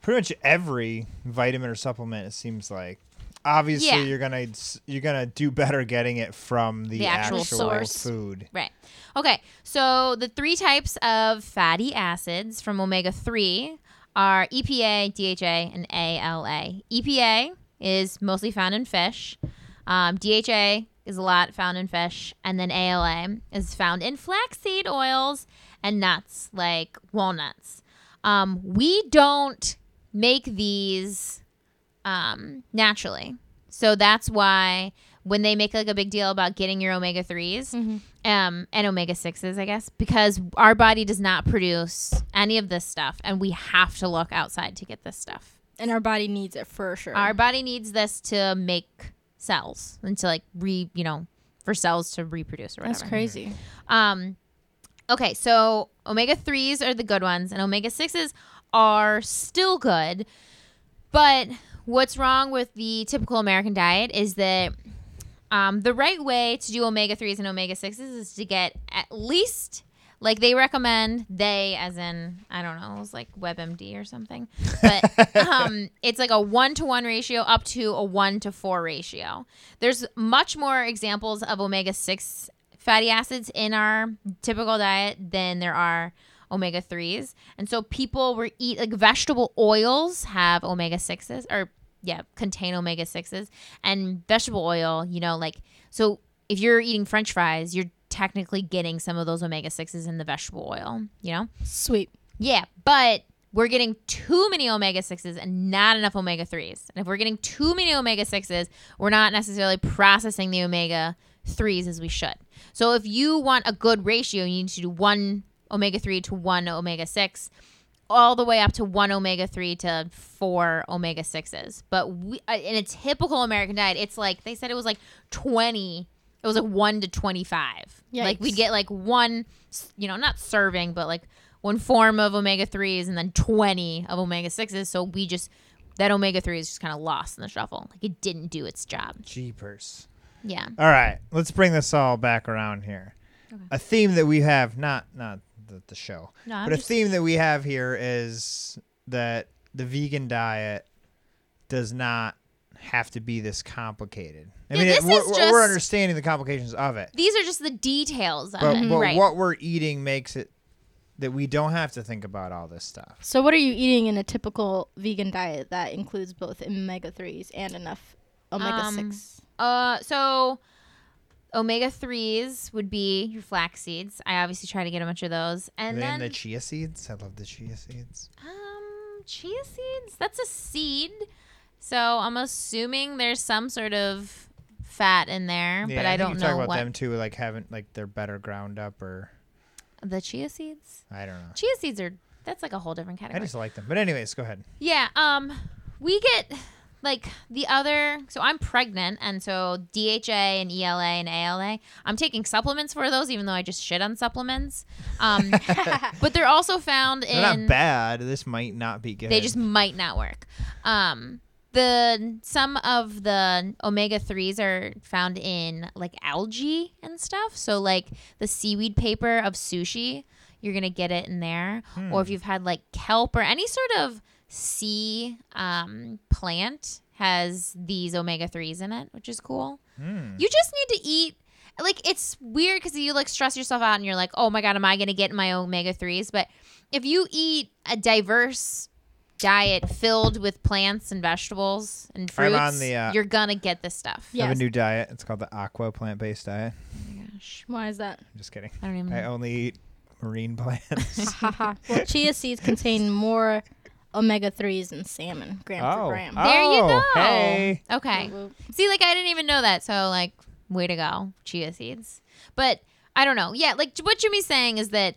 [SPEAKER 3] pretty much every vitamin or supplement. It seems like obviously
[SPEAKER 1] Yeah.
[SPEAKER 3] you're gonna s- you're gonna do better getting it from the,
[SPEAKER 1] The actual
[SPEAKER 2] source.
[SPEAKER 3] food.
[SPEAKER 1] Right. Okay. So the three types of fatty acids from omega 3 are E EPA, DHA, and ALA. EPA E is mostly found in fish, um, DHA is a lot found in fish, and then ALA is found in flaxseed oils and nuts like walnuts. Um, we don't make these um, naturally. So that's why when they make like a big deal about getting your omega 3s um, and omega 6s, I guess, because our body does not produce any of this stuff and we have to look outside to get this stuff.
[SPEAKER 2] and our body needs it for sure.
[SPEAKER 1] Our body needs this to make cells and to like re, you know, for cells to reproduce or whatever.
[SPEAKER 2] That's crazy.
[SPEAKER 1] Um, okay, so omega 3s are the good ones, and omega 6s are still good. But what's wrong with the typical American diet is that um, the right way to do omega 3s and omega 6s is to get at least. Like they recommend they, as in I don't know, it was like WebMD or something, but um, it's like a one to one ratio up to a one to four ratio. There's much more examples of omega six fatty acids in our typical diet than there are omega 3s. And so people were eat like vegetable oils have omega 6s or yeah, contain omega 6s and vegetable oil, you know, like so if you're eating french fries, you're technically getting some of those omega 6s in the vegetable oil, you know?
[SPEAKER 2] Sweet.
[SPEAKER 1] Yeah, but we're getting too many omega 6s and not enough omega 3s. And if we're getting too many omega 6s, we're not necessarily processing the omega 3s as we should. So if you want a good ratio, you need to do one omega 3 to one omega 6 all the way up to one omega 3 to four omega 6s. But we, uh, in a typical American diet, it's like they said it was like 20 it was like 1 to 25. Like we
[SPEAKER 2] Yikes.
[SPEAKER 1] get like one, s- you know, not serving, but like one form of omega 3s and then 20 of omega 6s. So we just, that omega 3 is just kind of lost in the shuffle. Like it didn't do its job.
[SPEAKER 3] Jeepers.
[SPEAKER 1] Yeah.
[SPEAKER 3] All right, let's bring this all back around here. A theme that we have not not the, the show,
[SPEAKER 1] No, I'm
[SPEAKER 3] but a
[SPEAKER 1] just-
[SPEAKER 3] theme that we have here is that the vegan diet does not have to be this complicated. I
[SPEAKER 1] Yeah,
[SPEAKER 3] mean,
[SPEAKER 1] this
[SPEAKER 3] it, we're,
[SPEAKER 1] is
[SPEAKER 3] we're- we're
[SPEAKER 1] just-
[SPEAKER 3] understanding the complications of it,
[SPEAKER 1] These are just the details of
[SPEAKER 3] but,
[SPEAKER 1] it.
[SPEAKER 3] but
[SPEAKER 1] Mm-hmm. right.
[SPEAKER 3] what we're eating makes it that we don't have to think about all this stuff.
[SPEAKER 2] So, what are you eating in a typical vegan diet that includes both omega threes and enough omega
[SPEAKER 1] Um,
[SPEAKER 2] six?
[SPEAKER 1] Uh, so omega 3s would be your flax seeds. I obviously try to get a bunch of those. And
[SPEAKER 3] And then,
[SPEAKER 1] then,
[SPEAKER 3] the chia seeds. I love the chia seeds.
[SPEAKER 1] um, chia seeds, that's a seed. So I'm assuming there's some sort of fat in there, but I,
[SPEAKER 3] think
[SPEAKER 1] don't
[SPEAKER 3] you
[SPEAKER 1] know
[SPEAKER 3] talk about
[SPEAKER 1] what
[SPEAKER 3] them too. Like haven't like they're better ground up or
[SPEAKER 1] the chia seeds.
[SPEAKER 3] I don't know.
[SPEAKER 1] Chia seeds are that's like a whole different
[SPEAKER 3] I
[SPEAKER 1] category.
[SPEAKER 3] just like them. But anyways, go ahead.
[SPEAKER 1] yeah, um we get like the other so I'm pregnant and so DHA and ELA and ALA. I'm taking supplements for those even though I just shit on supplements.
[SPEAKER 3] *laughs*
[SPEAKER 1] Um but they're also found in
[SPEAKER 3] They're not bad. This might not be good.
[SPEAKER 1] they just might not work. Um, the some of the omega threes are found in like algae and stuff. So like the seaweed paper of sushi, you're gonna get it in there. Or if you've had like kelp or any sort of sea um, plant has these omega threes in it, which is cool. You just need to eat. Like it's weird because you like stress yourself out and you're like, oh my god, am I gonna get my omega threes? But if you eat a diverse diet filled with plants and vegetables and
[SPEAKER 3] I'm
[SPEAKER 1] fruits,
[SPEAKER 3] on the, uh,
[SPEAKER 1] you're gonna get this stuff.
[SPEAKER 3] I have
[SPEAKER 2] Yes.
[SPEAKER 3] a new diet. It's called the aqua plant based diet.
[SPEAKER 2] Why is that?
[SPEAKER 1] *laughs*
[SPEAKER 3] I'm just kidding.
[SPEAKER 1] I don't even.
[SPEAKER 3] I only eat marine *laughs* plants.
[SPEAKER 2] Haha. *laughs* well, chia seeds contain more omega threes than salmon, gram
[SPEAKER 4] Oh.
[SPEAKER 2] for gram.
[SPEAKER 4] Ah.
[SPEAKER 1] There you go.
[SPEAKER 4] Oh, hey.
[SPEAKER 1] Okay.
[SPEAKER 2] Whoop, whoop.
[SPEAKER 1] See, like I didn't even know that. So like, way to go, chia seeds. But I don't know. Yeah, like what Jimmy's saying is that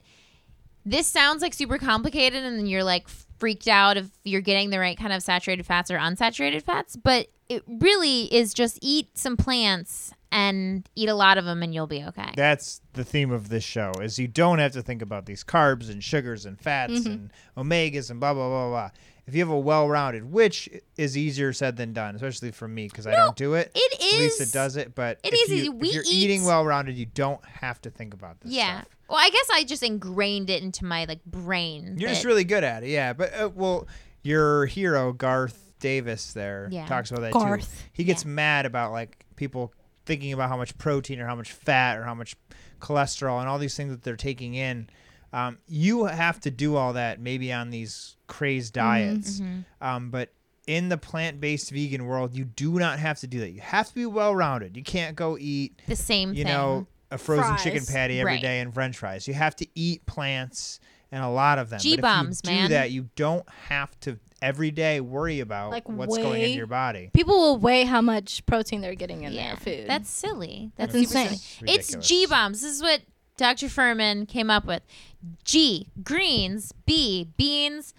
[SPEAKER 1] this sounds like super complicated, and then you're like freaked out if you're getting the right kind of saturated fats or unsaturated fats. But it really is just eat some plants and eat a lot of them, and you'll be okay.
[SPEAKER 3] That's the theme of this show is you don't have to think about these carbs and sugars and fats
[SPEAKER 1] Mm-hmm.
[SPEAKER 3] and omegas and blah blah blah blah. If you have a well-rounded, which is easier said than done, especially for me because I don't do it.
[SPEAKER 1] it is-
[SPEAKER 3] Lisa does it, but
[SPEAKER 1] it
[SPEAKER 3] if
[SPEAKER 1] is
[SPEAKER 3] you,
[SPEAKER 1] easy. We
[SPEAKER 3] if you're
[SPEAKER 1] eat-
[SPEAKER 3] eating well-rounded, you don't have to think about this.
[SPEAKER 1] yeah.
[SPEAKER 3] stuff.
[SPEAKER 1] Well, I guess I just ingrained it into my like brain.
[SPEAKER 3] You're just
[SPEAKER 1] that-
[SPEAKER 3] really good at it, yeah. But uh, well, your hero Garth Davis there
[SPEAKER 1] Yeah.
[SPEAKER 3] talks about that too.
[SPEAKER 2] Garth.
[SPEAKER 3] He gets
[SPEAKER 1] Yeah.
[SPEAKER 3] mad about like people thinking about how much protein or how much fat or how much cholesterol and all these things that they're taking in. Um, you have to do all that maybe on these crazed
[SPEAKER 1] Mm-hmm,
[SPEAKER 3] diets, um, but in the plant-based vegan world, you do not have to do that. You have to be well-rounded. You can't go eat
[SPEAKER 1] the same
[SPEAKER 3] you
[SPEAKER 1] thing.
[SPEAKER 3] know, a frozen chicken
[SPEAKER 2] Fries.
[SPEAKER 3] patty every day
[SPEAKER 1] Right.
[SPEAKER 3] and french fries. You have to eat plants and a lot of them. But if you
[SPEAKER 1] G-bombs,
[SPEAKER 3] do
[SPEAKER 1] man.
[SPEAKER 3] that, you don't have to every day worry about
[SPEAKER 2] Like
[SPEAKER 3] what's going in
[SPEAKER 2] way-
[SPEAKER 3] your body.
[SPEAKER 2] People will weigh how much protein they're getting in
[SPEAKER 1] yeah,
[SPEAKER 2] their food.
[SPEAKER 1] That's silly. That's,
[SPEAKER 2] That's
[SPEAKER 1] super
[SPEAKER 2] insane.
[SPEAKER 1] silly.
[SPEAKER 3] Ridiculous.
[SPEAKER 1] It's G bombs. This is what Dr. Furman came up with. G greens, B beans,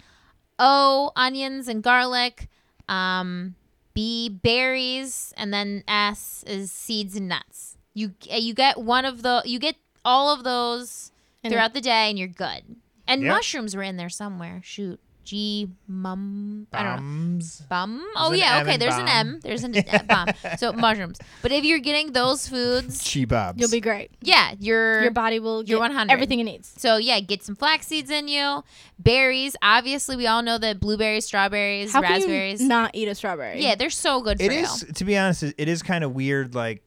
[SPEAKER 1] O onions and garlic, um, B berries, and then S is seeds and nuts. You uh, you get one of the you get all of those
[SPEAKER 2] And-
[SPEAKER 1] throughout the day, and you're good. And
[SPEAKER 3] Yep.
[SPEAKER 1] mushrooms were in there somewhere. Shoot, G mum. I don't know
[SPEAKER 3] Bombs.
[SPEAKER 1] bum.
[SPEAKER 3] There's
[SPEAKER 1] Oh
[SPEAKER 3] an
[SPEAKER 1] yeah,
[SPEAKER 3] M
[SPEAKER 1] okay.
[SPEAKER 3] and
[SPEAKER 1] There's an
[SPEAKER 3] bomb.
[SPEAKER 1] M. There's an uh, bomb.
[SPEAKER 2] *laughs*
[SPEAKER 1] So mushrooms. But if you're getting those foods,
[SPEAKER 3] G bobs.
[SPEAKER 2] You'll be great.
[SPEAKER 1] yeah, you're.
[SPEAKER 2] Your body will
[SPEAKER 1] You're
[SPEAKER 2] get
[SPEAKER 1] 100.
[SPEAKER 2] everything it needs.
[SPEAKER 1] so yeah, get some flax seeds in you. Berries. Obviously, we all know that blueberries, strawberries,
[SPEAKER 2] How
[SPEAKER 1] raspberries.
[SPEAKER 2] can you not eat a strawberry?
[SPEAKER 1] yeah, they're so good for
[SPEAKER 3] It
[SPEAKER 1] you.
[SPEAKER 3] is to be honest, it it is kind of weird like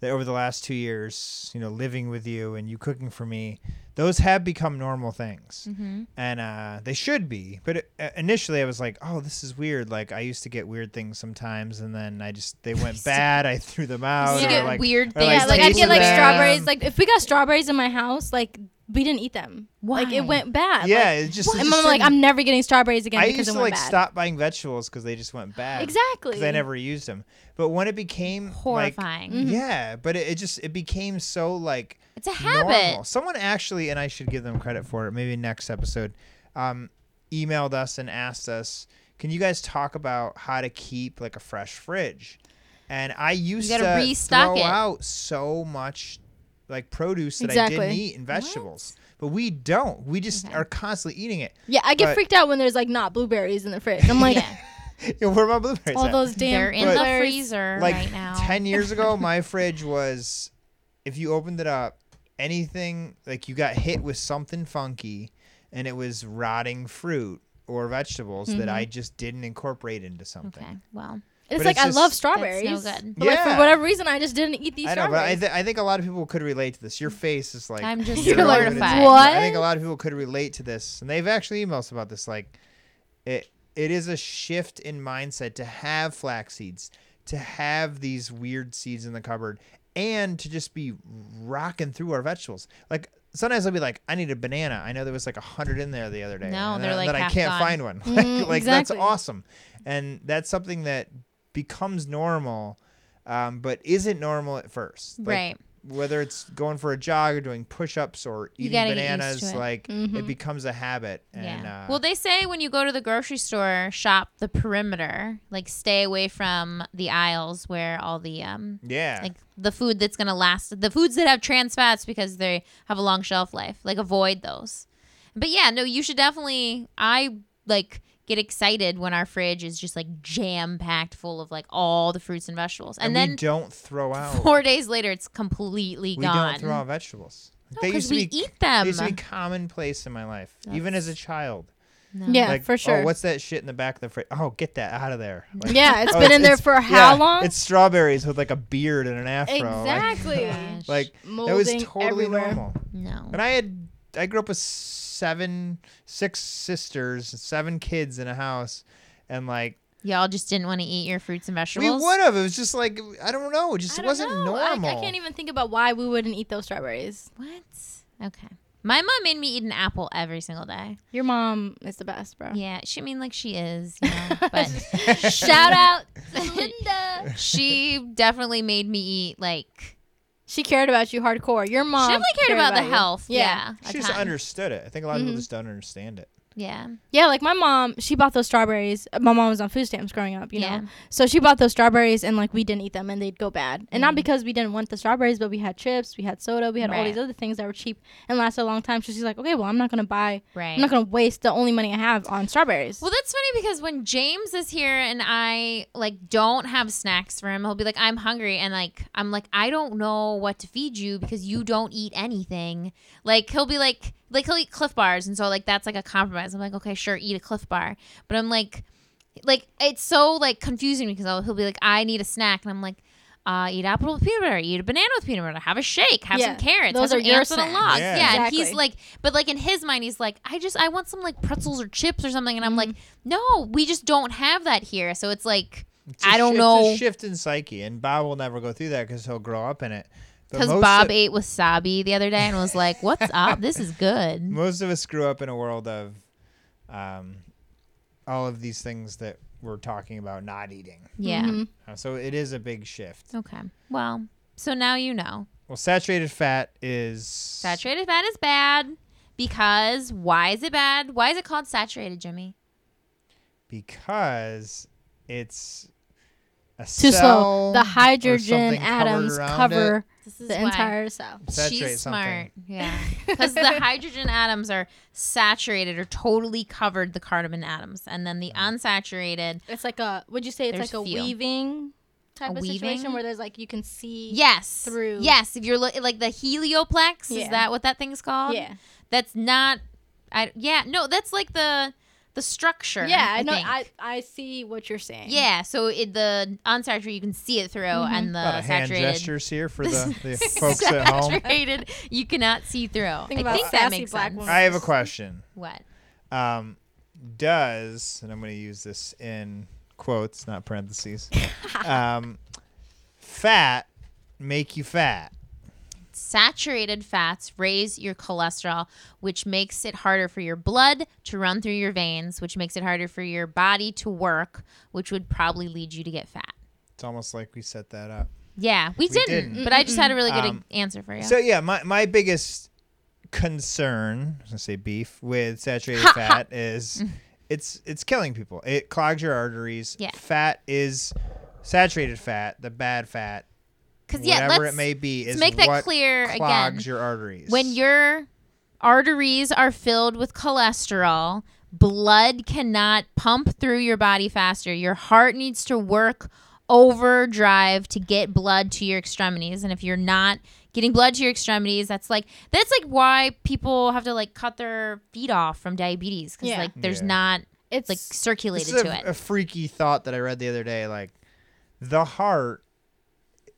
[SPEAKER 3] that over the last 2 years, you know, living with you and you cooking for me, those have become normal things.
[SPEAKER 2] Mm-hmm.
[SPEAKER 3] And uh, they should be. But it, uh, initially I was like, "Oh, this is weird." Like I used to get weird things sometimes and then I just they
[SPEAKER 2] *laughs*
[SPEAKER 3] went bad, I threw them out
[SPEAKER 1] You
[SPEAKER 3] or
[SPEAKER 1] get
[SPEAKER 3] like
[SPEAKER 1] weird
[SPEAKER 3] or,
[SPEAKER 1] things.
[SPEAKER 2] yeah, like I'd
[SPEAKER 3] taste
[SPEAKER 2] get like
[SPEAKER 3] them.
[SPEAKER 2] strawberries. Like if we got strawberries in my house, like we didn't eat them. Like it
[SPEAKER 1] Why?
[SPEAKER 2] went bad.
[SPEAKER 3] Yeah,
[SPEAKER 2] Like,
[SPEAKER 3] it just it
[SPEAKER 2] and
[SPEAKER 3] just
[SPEAKER 2] I'm like,
[SPEAKER 3] didn't-
[SPEAKER 2] I'm never getting strawberries again
[SPEAKER 3] I
[SPEAKER 2] because
[SPEAKER 3] used
[SPEAKER 2] it
[SPEAKER 3] to
[SPEAKER 2] went
[SPEAKER 3] like
[SPEAKER 2] bad.
[SPEAKER 3] stop buying vegetables cuz they just went bad.
[SPEAKER 2] Exactly.
[SPEAKER 3] Cuz I never used them. But when it became Like,
[SPEAKER 1] Horrifying.
[SPEAKER 3] Yeah, but it, it just it became so like
[SPEAKER 1] it's a habit.
[SPEAKER 3] normal. Someone actually, and I should give them credit for it. Maybe next episode, um, emailed us and asked us, "Can you guys talk about how to keep like a fresh fridge?" And I used
[SPEAKER 1] gotta
[SPEAKER 3] to
[SPEAKER 1] restock
[SPEAKER 3] throw
[SPEAKER 1] it.
[SPEAKER 3] out so much like produce that I didn't
[SPEAKER 2] Exactly.
[SPEAKER 3] eat and vegetables, but we don't. We just are constantly eating it.
[SPEAKER 2] Yeah, I get
[SPEAKER 3] But-
[SPEAKER 2] freaked out when there's like not blueberries in the fridge.
[SPEAKER 3] *laughs*
[SPEAKER 2] I'm like,
[SPEAKER 1] yeah,
[SPEAKER 3] Yeah, Where are my blueberries?
[SPEAKER 2] all
[SPEAKER 3] at?
[SPEAKER 2] those damn
[SPEAKER 1] they're in the
[SPEAKER 2] blueberries.
[SPEAKER 1] freezer
[SPEAKER 3] like
[SPEAKER 1] right now.
[SPEAKER 3] 10 years ago my fridge was if you opened it up anything like you got hit with something funky and it was rotting fruit or vegetables that i just didn't incorporate into something
[SPEAKER 1] okay, well,
[SPEAKER 2] It's
[SPEAKER 3] But
[SPEAKER 2] like
[SPEAKER 3] it's
[SPEAKER 2] I love
[SPEAKER 3] just-
[SPEAKER 1] that's
[SPEAKER 2] strawberries.
[SPEAKER 1] no good.
[SPEAKER 2] But like for
[SPEAKER 3] Yeah.
[SPEAKER 2] whatever reason, I just didn't eat these
[SPEAKER 3] i know but I,
[SPEAKER 2] strawberries.
[SPEAKER 3] th- I think a lot of people could relate to this your face is like
[SPEAKER 1] I'm
[SPEAKER 3] *laughs*
[SPEAKER 1] just
[SPEAKER 3] you
[SPEAKER 2] You're
[SPEAKER 3] know
[SPEAKER 2] like,
[SPEAKER 3] what it's
[SPEAKER 1] mortified.
[SPEAKER 3] i
[SPEAKER 2] What?
[SPEAKER 3] think a lot of people could relate to this and they've actually emailed us about this like it it is a shift in mindset to have flax seeds to have these weird seeds in the cupboard and to just be rocking through our vegetables like sometimes i'll be like i need a banana i know there was like a hundred in there the other day
[SPEAKER 1] No,
[SPEAKER 3] and
[SPEAKER 1] they're,
[SPEAKER 3] then,
[SPEAKER 1] like,
[SPEAKER 3] then i
[SPEAKER 1] half
[SPEAKER 3] can't
[SPEAKER 1] gone. Mm-hmm,
[SPEAKER 3] find one *laughs* like,
[SPEAKER 2] Mm,
[SPEAKER 3] like,
[SPEAKER 2] exactly.
[SPEAKER 3] that's awesome and that's something that becomes normal um, but isn't normal at first Like,
[SPEAKER 1] right.
[SPEAKER 3] whether it's going for a jog or doing push-ups or
[SPEAKER 1] You
[SPEAKER 3] eating
[SPEAKER 1] gotta get used
[SPEAKER 3] bananas
[SPEAKER 1] to it. Mm-hmm.
[SPEAKER 3] like it becomes a habit and
[SPEAKER 1] yeah.
[SPEAKER 3] uh,
[SPEAKER 1] well, they say when you go to the grocery store, shop the perimeter, like stay away from the aisles where all the um
[SPEAKER 3] yeah
[SPEAKER 1] like the food that's gonna last, the foods that have trans fats because they have a long shelf life. Like avoid those. But yeah, no, you should definitely. I like get excited when our fridge is just like jam packed full of like all the fruits and vegetables, and,
[SPEAKER 3] and, we
[SPEAKER 1] then
[SPEAKER 3] don't
[SPEAKER 1] *laughs*
[SPEAKER 3] throw out
[SPEAKER 1] four days later it's completely
[SPEAKER 3] we
[SPEAKER 1] gone.
[SPEAKER 3] don't throw out vegetables
[SPEAKER 1] No,
[SPEAKER 3] they
[SPEAKER 1] 'cause
[SPEAKER 3] used to
[SPEAKER 1] we
[SPEAKER 3] be
[SPEAKER 1] eat them.
[SPEAKER 3] they used to be commonplace in my life even as a child
[SPEAKER 2] yeah,
[SPEAKER 3] like
[SPEAKER 2] for sure.
[SPEAKER 3] oh what's that shit in the back of the fridge oh get that out
[SPEAKER 1] *laughs*
[SPEAKER 3] of there Like,
[SPEAKER 2] yeah, it's
[SPEAKER 3] *laughs* oh,
[SPEAKER 2] been in there
[SPEAKER 3] it's-
[SPEAKER 2] for how
[SPEAKER 3] yeah,
[SPEAKER 2] long?
[SPEAKER 3] it's strawberries with like a beard and an afro like,
[SPEAKER 2] exactly.
[SPEAKER 1] Oh Gosh.
[SPEAKER 3] like that was
[SPEAKER 2] Molding
[SPEAKER 3] totally
[SPEAKER 2] everywhere.
[SPEAKER 3] normal
[SPEAKER 1] no.
[SPEAKER 3] And I had I grew up with seven six sisters, seven kids in a house, and like
[SPEAKER 1] Y'all just didn't want to eat your fruits and
[SPEAKER 3] we
[SPEAKER 1] vegetables.
[SPEAKER 3] would have. It was just like I don't know. It just
[SPEAKER 2] I don't
[SPEAKER 3] wasn't
[SPEAKER 2] know. I-
[SPEAKER 3] normal.
[SPEAKER 2] I, can't even think about why we wouldn't eat those strawberries.
[SPEAKER 1] What? Okay. My mom made me eat an apple every single day.
[SPEAKER 2] Your mom is the best, bro.
[SPEAKER 1] Yeah, she I mean like she is, you
[SPEAKER 3] *laughs*
[SPEAKER 1] know, but *laughs* shout
[SPEAKER 2] *laughs*
[SPEAKER 1] out Linda. she definitely made me eat like
[SPEAKER 2] She cared about you hardcore. Your mom
[SPEAKER 1] she definitely cared, about, the
[SPEAKER 2] you.
[SPEAKER 1] health. Yeah, a
[SPEAKER 3] She just
[SPEAKER 1] ton.
[SPEAKER 3] understood it. I think a lot of
[SPEAKER 2] Mhm.
[SPEAKER 3] people just don't understand it.
[SPEAKER 1] Yeah,
[SPEAKER 2] Yeah, like my mom, she bought those strawberries. My mom was on food stamps growing up, you
[SPEAKER 1] Yeah.
[SPEAKER 2] know. So she bought those strawberries and like we didn't eat them and they'd go bad. And
[SPEAKER 1] Mm.
[SPEAKER 2] not because we didn't want the strawberries, but we had chips, we had soda, we had all
[SPEAKER 1] Right.
[SPEAKER 2] these other things that were cheap and lasted a long time. So she's like, Okay, well I'm not gonna buy
[SPEAKER 1] right.
[SPEAKER 2] I'm not gonna waste the only money I have on strawberries.
[SPEAKER 1] Well, that's funny because when James is here and I like don't have snacks for him, he'll be like, "I'm hungry," and like I'm like, "I don't know what to feed you because you don't eat anything." Like he'll be like, like he'll eat Cliff Bars, and so like that's like a compromise. I'm like, okay, sure, eat a Cliff Bar, but I'm like, like it's so like confusing because I'll, he'll be like, "I need a snack," and I'm like. Uh, eat apple with peanut butter. Eat a banana with peanut butter. Have a shake. Have some
[SPEAKER 2] Yeah,
[SPEAKER 1] carrots.
[SPEAKER 2] those
[SPEAKER 1] have
[SPEAKER 2] are
[SPEAKER 1] some
[SPEAKER 2] your
[SPEAKER 1] ants on a
[SPEAKER 2] snacks.
[SPEAKER 1] log.
[SPEAKER 3] Yeah.
[SPEAKER 1] Yeah, and he's
[SPEAKER 2] Exactly.
[SPEAKER 1] like, but like in his mind, he's like, I just I want some like pretzels or chips or something, and I'm like,
[SPEAKER 2] Mm-hmm.
[SPEAKER 1] no, we just don't have that here. So it's like
[SPEAKER 3] It's a
[SPEAKER 1] I don't
[SPEAKER 3] shift-
[SPEAKER 1] know
[SPEAKER 3] It's a shift in psyche, and Bob will never go through that because he'll grow up in it. But
[SPEAKER 1] because
[SPEAKER 3] most
[SPEAKER 1] Bob
[SPEAKER 3] of,
[SPEAKER 1] ate wasabi the other day and was like,
[SPEAKER 3] *laughs*
[SPEAKER 1] what's up? This is good.
[SPEAKER 3] most of us grew up in a world of um, all of these things that we're talking about not eating.
[SPEAKER 1] Yeah.
[SPEAKER 2] Mhm.
[SPEAKER 3] Uh, so it is a big shift.
[SPEAKER 1] Okay. Well, so now you know
[SPEAKER 3] Well, saturated fat is
[SPEAKER 1] saturated
[SPEAKER 3] saturated.
[SPEAKER 1] fat is bad because why is it bad? Why is it called saturated, Jimmy?
[SPEAKER 3] because it's a
[SPEAKER 2] Too slow.
[SPEAKER 3] cell
[SPEAKER 2] The
[SPEAKER 3] or
[SPEAKER 2] hydrogen
[SPEAKER 3] something covered
[SPEAKER 2] atoms
[SPEAKER 3] around
[SPEAKER 2] cover
[SPEAKER 3] it.
[SPEAKER 1] This is
[SPEAKER 2] the entire cell.
[SPEAKER 3] Saturate
[SPEAKER 1] She's
[SPEAKER 3] something.
[SPEAKER 1] smart.
[SPEAKER 2] *laughs*
[SPEAKER 1] Yeah. Because the hydrogen atoms are saturated or totally covered the carbon atoms. And then the
[SPEAKER 3] Mm.
[SPEAKER 1] unsaturated.
[SPEAKER 2] It's like a would you say it's
[SPEAKER 1] There's
[SPEAKER 2] like a
[SPEAKER 1] feel.
[SPEAKER 2] weaving type
[SPEAKER 1] A
[SPEAKER 2] of
[SPEAKER 1] weaving?
[SPEAKER 2] situation where there's like you can see
[SPEAKER 1] Yes.
[SPEAKER 2] Through.
[SPEAKER 1] Yes. If you're looking like the helioplex, is
[SPEAKER 2] Yeah.
[SPEAKER 1] that what that thing's called?
[SPEAKER 2] Yeah.
[SPEAKER 1] That's not. I, yeah. No, that's like the the structure.
[SPEAKER 2] Yeah, I, know
[SPEAKER 1] think.
[SPEAKER 2] I, I see what you're saying.
[SPEAKER 1] yeah. So it, the unsaturated, you can see it through,
[SPEAKER 2] Mm-hmm.
[SPEAKER 1] and
[SPEAKER 3] A lot
[SPEAKER 1] the
[SPEAKER 3] of hand
[SPEAKER 1] *laughs*
[SPEAKER 2] Uh,
[SPEAKER 1] saturated.
[SPEAKER 3] gestures here for the,
[SPEAKER 2] *laughs*
[SPEAKER 3] the folks at home.
[SPEAKER 1] Saturated, you cannot see through.
[SPEAKER 2] Think
[SPEAKER 1] I
[SPEAKER 2] about
[SPEAKER 1] think that
[SPEAKER 2] sassy
[SPEAKER 1] makes
[SPEAKER 2] black
[SPEAKER 1] sense.
[SPEAKER 2] woman.
[SPEAKER 3] I have a
[SPEAKER 2] *laughs*
[SPEAKER 3] question.
[SPEAKER 1] What?
[SPEAKER 3] Um, does and I'm going to use this in quotes, not
[SPEAKER 2] *laughs*
[SPEAKER 3] parentheses. um, fat make you fat?
[SPEAKER 1] Saturated fats raise your cholesterol, which makes it harder for your blood to run through your veins, which makes it harder for your body to work, which would probably lead you to get fat.
[SPEAKER 3] It's almost like we set that up.
[SPEAKER 1] Yeah, we, didn't,
[SPEAKER 3] didn't.
[SPEAKER 1] but I just had a really good e-
[SPEAKER 3] Um,
[SPEAKER 1] answer for you.
[SPEAKER 3] So yeah, my my biggest concern, I was gonna say beef with saturated
[SPEAKER 1] *laughs*
[SPEAKER 3] fat is
[SPEAKER 1] Mm.
[SPEAKER 3] it's it's killing people. It clogs your arteries.
[SPEAKER 1] Yeah.
[SPEAKER 3] Fat is saturated fat, the bad fat,
[SPEAKER 1] Because yeah,
[SPEAKER 3] whatever
[SPEAKER 1] let's
[SPEAKER 3] it may be,
[SPEAKER 1] let's
[SPEAKER 3] is
[SPEAKER 1] make that
[SPEAKER 3] what
[SPEAKER 1] clear
[SPEAKER 3] clogs
[SPEAKER 1] again.
[SPEAKER 3] your arteries.
[SPEAKER 1] when your arteries are filled with cholesterol, blood cannot pump through your body faster. Your heart needs to work overdrive to get blood to your extremities, and if you're not getting blood to your extremities, that's like that's like why people have to like cut their feet off from diabetes because
[SPEAKER 2] Yeah.
[SPEAKER 1] like there's
[SPEAKER 3] Yeah.
[SPEAKER 1] not
[SPEAKER 2] It's
[SPEAKER 1] like
[SPEAKER 2] like
[SPEAKER 1] circulated
[SPEAKER 3] This
[SPEAKER 1] to
[SPEAKER 3] is a,
[SPEAKER 1] it.
[SPEAKER 3] a freaky thought that I read the other day. Like, the heart,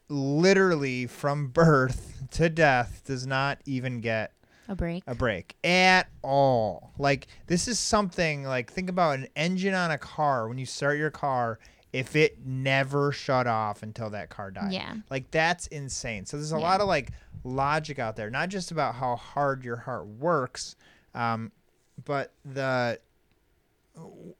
[SPEAKER 3] literally from birth *laughs* to death, does not even get
[SPEAKER 1] a break.
[SPEAKER 3] a break at all. Like, this is something like think about an engine on a car. When you start your car, if it never shut off until that car died,
[SPEAKER 1] Yeah.
[SPEAKER 3] like that's insane. So there's a lot of like logic out there, not just about how hard your heart works, um, but the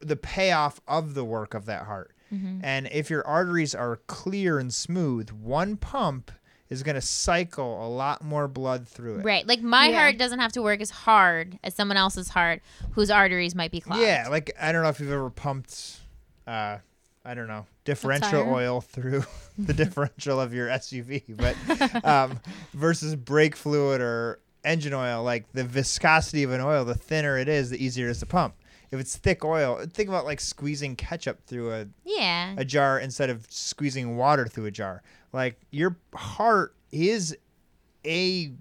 [SPEAKER 3] the payoff of the work of that heart.
[SPEAKER 1] Mm-hmm.
[SPEAKER 3] And if your arteries are clear and smooth, one pump is going to cycle a lot more blood through it.
[SPEAKER 1] Right. Like my
[SPEAKER 2] Yeah.
[SPEAKER 1] heart doesn't have to work as hard as someone else's heart whose arteries might be clogged.
[SPEAKER 3] Yeah, like I don't know if you've ever pumped, uh, I don't know, differential
[SPEAKER 2] tire?
[SPEAKER 3] oil
[SPEAKER 2] *laughs*
[SPEAKER 3] through the differential of your SUV, but um, versus brake fluid or engine oil, like the viscosity of an oil, the thinner it is, the easier it is to pump. If it's thick oil, think about like squeezing ketchup through a,
[SPEAKER 1] Yeah.
[SPEAKER 3] a jar instead of squeezing water through a jar. Like your heart is a,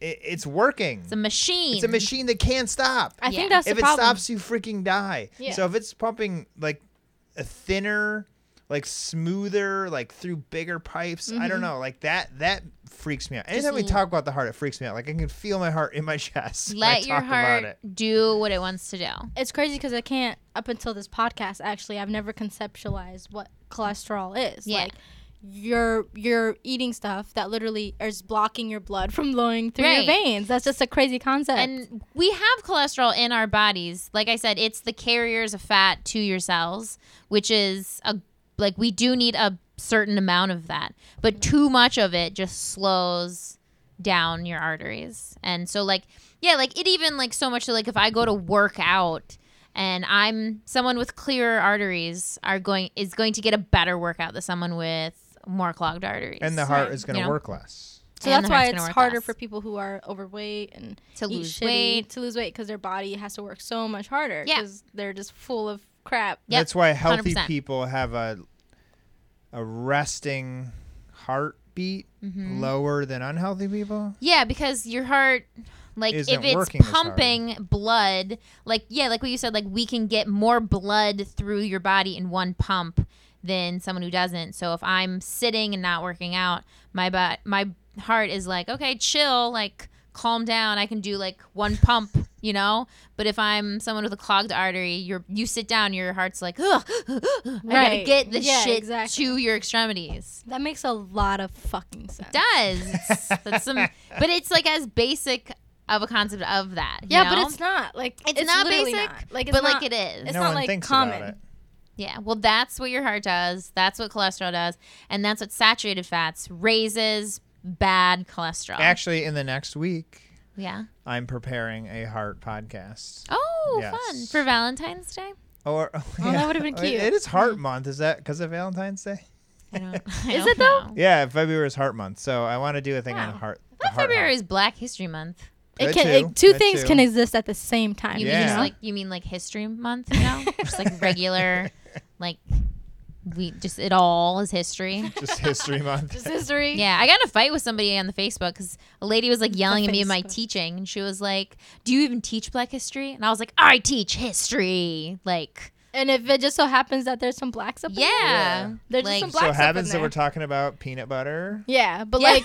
[SPEAKER 3] it, it's working.
[SPEAKER 1] It's a machine.
[SPEAKER 3] it's a machine that can't stop
[SPEAKER 2] I
[SPEAKER 1] Yeah.
[SPEAKER 2] think that's
[SPEAKER 3] if
[SPEAKER 2] the
[SPEAKER 3] it
[SPEAKER 2] problem.
[SPEAKER 3] stops you freaking die
[SPEAKER 2] Yeah.
[SPEAKER 3] so if it's pumping like a thinner like smoother like through bigger pipes i
[SPEAKER 2] Mm-hmm.
[SPEAKER 3] don't know like that that freaks me out anytime we
[SPEAKER 1] need-
[SPEAKER 3] talk about the heart it freaks me out like i can feel my heart in my *laughs* chest when I
[SPEAKER 1] Let your
[SPEAKER 3] talk about
[SPEAKER 1] heart
[SPEAKER 3] it.
[SPEAKER 1] do what it wants to do.
[SPEAKER 2] it's crazy because I can't up until this podcast actually I've never conceptualized what cholesterol is.
[SPEAKER 1] Yeah.
[SPEAKER 2] Like you're you're eating stuff that literally is blocking your blood from flowing through
[SPEAKER 1] Right.
[SPEAKER 2] your veins. That's just a crazy concept.
[SPEAKER 1] And we have cholesterol in our bodies. Like I said, it's the carriers of fat to your cells, which is a like we do need a certain amount of that. But too much of it just slows down your arteries. And so like yeah, like it even like so much so like if I go to work out and I'm someone with clearer arteries are going is going to get a better workout than someone with more clogged arteries.
[SPEAKER 3] and the heart
[SPEAKER 2] Right.
[SPEAKER 3] is going to
[SPEAKER 1] You know?
[SPEAKER 3] work less.
[SPEAKER 2] so
[SPEAKER 1] and
[SPEAKER 2] that's
[SPEAKER 1] the
[SPEAKER 2] why
[SPEAKER 1] heart's gonna
[SPEAKER 2] it's
[SPEAKER 1] work
[SPEAKER 2] harder
[SPEAKER 1] less.
[SPEAKER 2] for people who are overweight and
[SPEAKER 1] to
[SPEAKER 2] eat
[SPEAKER 1] lose
[SPEAKER 2] shitty
[SPEAKER 1] weight.
[SPEAKER 2] to lose weight because their body has to work so much harder
[SPEAKER 1] Yeah.
[SPEAKER 2] because they're just full of crap.
[SPEAKER 1] Yep,
[SPEAKER 3] That's why healthy
[SPEAKER 1] 100%.
[SPEAKER 3] people have a a resting heartbeat
[SPEAKER 2] Mm-hmm.
[SPEAKER 3] lower than unhealthy people.
[SPEAKER 1] Yeah, because your heart, like
[SPEAKER 3] Isn't
[SPEAKER 1] if
[SPEAKER 3] working as
[SPEAKER 1] it's
[SPEAKER 3] hard.
[SPEAKER 1] pumping blood, like yeah, like what you said, like we can get more blood through your body in one pump than someone who doesn't. So if I'm sitting and not working out, my butt, my heart is like, okay, chill, like calm down. I can do like one pump, you know. But if I'm someone with a clogged artery, you're you sit down, your heart's like, ugh, I gotta
[SPEAKER 2] Right.
[SPEAKER 1] get this
[SPEAKER 2] Yeah,
[SPEAKER 1] shit
[SPEAKER 2] exactly.
[SPEAKER 1] to your extremities
[SPEAKER 2] That makes a lot of fucking sense.
[SPEAKER 1] does. It's- That's
[SPEAKER 3] *laughs*
[SPEAKER 1] some, but it's like as basic of a concept of that. you
[SPEAKER 2] yeah, but
[SPEAKER 1] know?
[SPEAKER 2] it's not like
[SPEAKER 1] it's,
[SPEAKER 2] it's,
[SPEAKER 1] not
[SPEAKER 2] literally
[SPEAKER 1] basic,
[SPEAKER 2] not. Like, it's
[SPEAKER 1] but
[SPEAKER 2] not-
[SPEAKER 1] like it is.
[SPEAKER 2] It's
[SPEAKER 3] no
[SPEAKER 2] not,
[SPEAKER 3] one
[SPEAKER 2] like,
[SPEAKER 3] thinks
[SPEAKER 2] common.
[SPEAKER 3] about it.
[SPEAKER 1] yeah. Well, that's what your heart does. That's what cholesterol does, and that's what saturated fats raises bad cholesterol.
[SPEAKER 3] Actually, in the next week,
[SPEAKER 1] yeah.
[SPEAKER 3] I'm preparing a heart podcast.
[SPEAKER 1] Oh,
[SPEAKER 3] Yes.
[SPEAKER 1] fun for Valentine's Day.
[SPEAKER 3] Or *laughs*
[SPEAKER 2] Oh, that would've been cute. Hmm.
[SPEAKER 3] It is Heart Month. Is that because of Valentine's Day?
[SPEAKER 1] I don't, *laughs* I
[SPEAKER 2] Is
[SPEAKER 1] don't
[SPEAKER 2] it though?
[SPEAKER 1] know.
[SPEAKER 3] Yeah, February is Heart Month, so I want to do a thing on
[SPEAKER 1] Wow.
[SPEAKER 3] heart. the
[SPEAKER 1] Well,
[SPEAKER 3] heart
[SPEAKER 1] February
[SPEAKER 3] health.
[SPEAKER 1] is Black History Month.
[SPEAKER 2] It
[SPEAKER 3] That
[SPEAKER 2] can
[SPEAKER 3] too.
[SPEAKER 2] it, two
[SPEAKER 3] That
[SPEAKER 2] things
[SPEAKER 3] too.
[SPEAKER 2] can exist at the same time.
[SPEAKER 1] You
[SPEAKER 3] Yeah. *laughs*
[SPEAKER 1] mean just like you mean like History Month now? just like regular, like we just it all is
[SPEAKER 3] *laughs*
[SPEAKER 1] history.
[SPEAKER 3] just
[SPEAKER 2] *laughs*
[SPEAKER 3] History Month. *laughs*
[SPEAKER 2] Just history.
[SPEAKER 1] Yeah, I got in a fight with somebody on the Facebook because a lady was like yelling at me in my
[SPEAKER 2] Facebook.
[SPEAKER 1] teaching, and she was like, "Do you even teach Black history?" And I was like, "I teach history." Like,
[SPEAKER 2] And if it just so happens that there's some blacks up in
[SPEAKER 1] yeah,
[SPEAKER 2] there, There's just
[SPEAKER 1] like,
[SPEAKER 2] some
[SPEAKER 1] *laughs*
[SPEAKER 2] black-
[SPEAKER 3] So
[SPEAKER 2] Black's up
[SPEAKER 3] happens
[SPEAKER 2] in
[SPEAKER 3] that we're
[SPEAKER 2] there.
[SPEAKER 3] talking about peanut butter.
[SPEAKER 2] yeah. But
[SPEAKER 1] Yeah. *laughs*
[SPEAKER 2] like,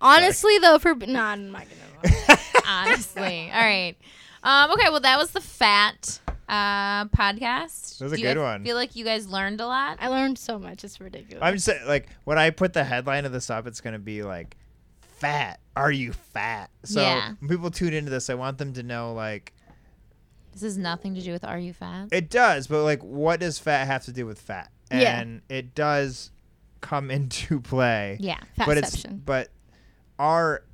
[SPEAKER 2] honestly though, for nah, I'm not gonna.
[SPEAKER 1] honestly. All right. Um, okay. Well, that was the fat uh, podcast.
[SPEAKER 3] That was a
[SPEAKER 1] Do you
[SPEAKER 3] good
[SPEAKER 1] guys
[SPEAKER 3] one.
[SPEAKER 1] Feel like you guys learned a lot.
[SPEAKER 2] I learned so much. It's ridiculous.
[SPEAKER 3] I'm just saying, like when I put the headline of this up, it's gonna be like, "Fat? Are you fat?" So
[SPEAKER 1] Yeah.
[SPEAKER 3] when people tune into this, I want them to know like
[SPEAKER 1] This has nothing to do with Are You Fat?
[SPEAKER 3] it does, but like what does fat have to do with fat?
[SPEAKER 2] Yeah.
[SPEAKER 3] And it does come *laughs* into play.
[SPEAKER 1] Yeah.
[SPEAKER 3] but it's but our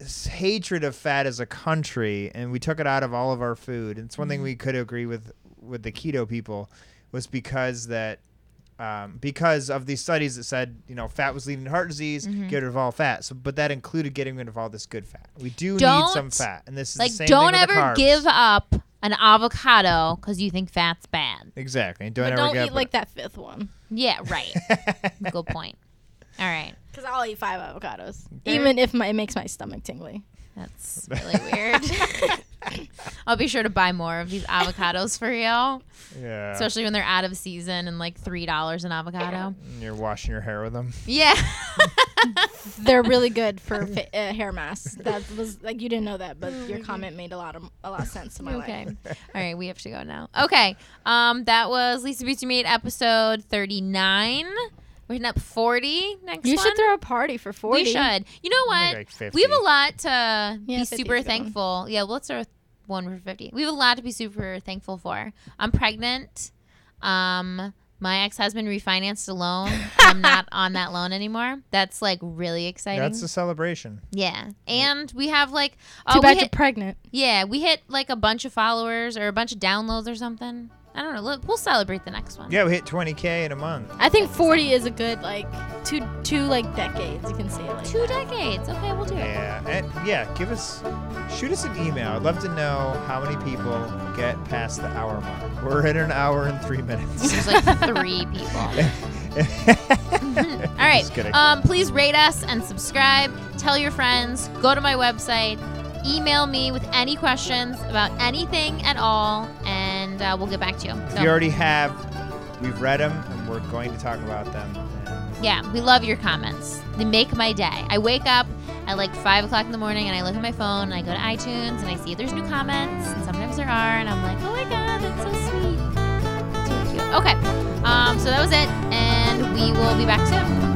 [SPEAKER 3] s- hatred of fat as a country and we took it out of all of our food and it's one thing
[SPEAKER 1] Mm-hmm.
[SPEAKER 3] we could agree with with the keto people was because that um, because of these studies that said you know fat was leading to heart disease
[SPEAKER 1] Mm-hmm.
[SPEAKER 3] get rid of all fat so but that included getting rid of all this good fat we do need some
[SPEAKER 1] Don't-
[SPEAKER 3] fat and this is the
[SPEAKER 1] Like,
[SPEAKER 3] same
[SPEAKER 1] don't
[SPEAKER 3] thing with the
[SPEAKER 1] ever
[SPEAKER 3] carbs.
[SPEAKER 1] give up an avocado because you think fat's bad.
[SPEAKER 3] exactly and
[SPEAKER 2] But
[SPEAKER 3] don't ever
[SPEAKER 2] don't
[SPEAKER 3] give
[SPEAKER 2] eat
[SPEAKER 3] up
[SPEAKER 2] like that fifth one.
[SPEAKER 1] Yeah.
[SPEAKER 3] *laughs*
[SPEAKER 1] Right. good point. All right.
[SPEAKER 2] Cause I'll eat five avocados, even if my, it makes my stomach tingly.
[SPEAKER 1] That's really weird. *laughs* I'll be sure to buy more of these avocados for you,
[SPEAKER 3] yeah
[SPEAKER 1] especially when they're out of season and like three dollars an avocado.
[SPEAKER 3] And you're washing your hair with them
[SPEAKER 1] Yeah,
[SPEAKER 2] They're really good *laughs* for fa- uh, hair mass. That was like you didn't know that, but your comment made a lot of a lot of sense to *laughs* my
[SPEAKER 1] okay.
[SPEAKER 2] life.
[SPEAKER 1] All right, we have to go now. Okay, um, that was Lisa Beauty Made episode thirty nine. We're hitting up forty next.
[SPEAKER 2] You
[SPEAKER 1] one.
[SPEAKER 2] should throw a party for forty.
[SPEAKER 1] We should. You know what?
[SPEAKER 3] *laughs* Like
[SPEAKER 1] we have
[SPEAKER 3] 50.
[SPEAKER 1] a lot to be
[SPEAKER 2] 50 's
[SPEAKER 1] super
[SPEAKER 2] a good one.
[SPEAKER 1] thankful. Yeah, well, let's start with one for 50. We have a lot to be super thankful for. I'm pregnant. Um, my ex husband refinanced a
[SPEAKER 2] *laughs*
[SPEAKER 1] loan. I'm not on that loan anymore. That's like really exciting.
[SPEAKER 3] that's a celebration
[SPEAKER 1] yeah. And we have like,
[SPEAKER 2] Too
[SPEAKER 1] oh, we
[SPEAKER 2] bad you're
[SPEAKER 1] hit,
[SPEAKER 2] pregnant.
[SPEAKER 1] yeah, we hit like a bunch of followers or a bunch of downloads or something. I don't know. Look, we'll celebrate the next one.
[SPEAKER 3] yeah we hit 20k in a month
[SPEAKER 2] I think 40 is a good like two two like decades. You can say it like
[SPEAKER 1] Two decades. Okay, we'll do it.
[SPEAKER 3] Yeah, and yeah, give us, shoot us an email. I'd love to know how many people get past the hour mark. We're at an hour and three
[SPEAKER 1] *laughs*
[SPEAKER 3] minutes. *laughs*
[SPEAKER 1] There's like three people. All right.
[SPEAKER 3] Just kidding.
[SPEAKER 1] Um, please rate us and subscribe. Tell your friends. Go to my website. Email me with any questions about anything at all, and uh, we'll get back to you.
[SPEAKER 3] if
[SPEAKER 1] So,
[SPEAKER 3] you already have, we've read them and we're going to talk about them.
[SPEAKER 1] yeah, we love your comments. They make my day. I wake up at like five o'clock in the morning, and I look at my phone, and I go to iTunes, and I see there's new comments, and sometimes there are, and I'm like, oh my god, that's so sweet. It's really cute. Okay. Um, so that was it, and we we will be back soon.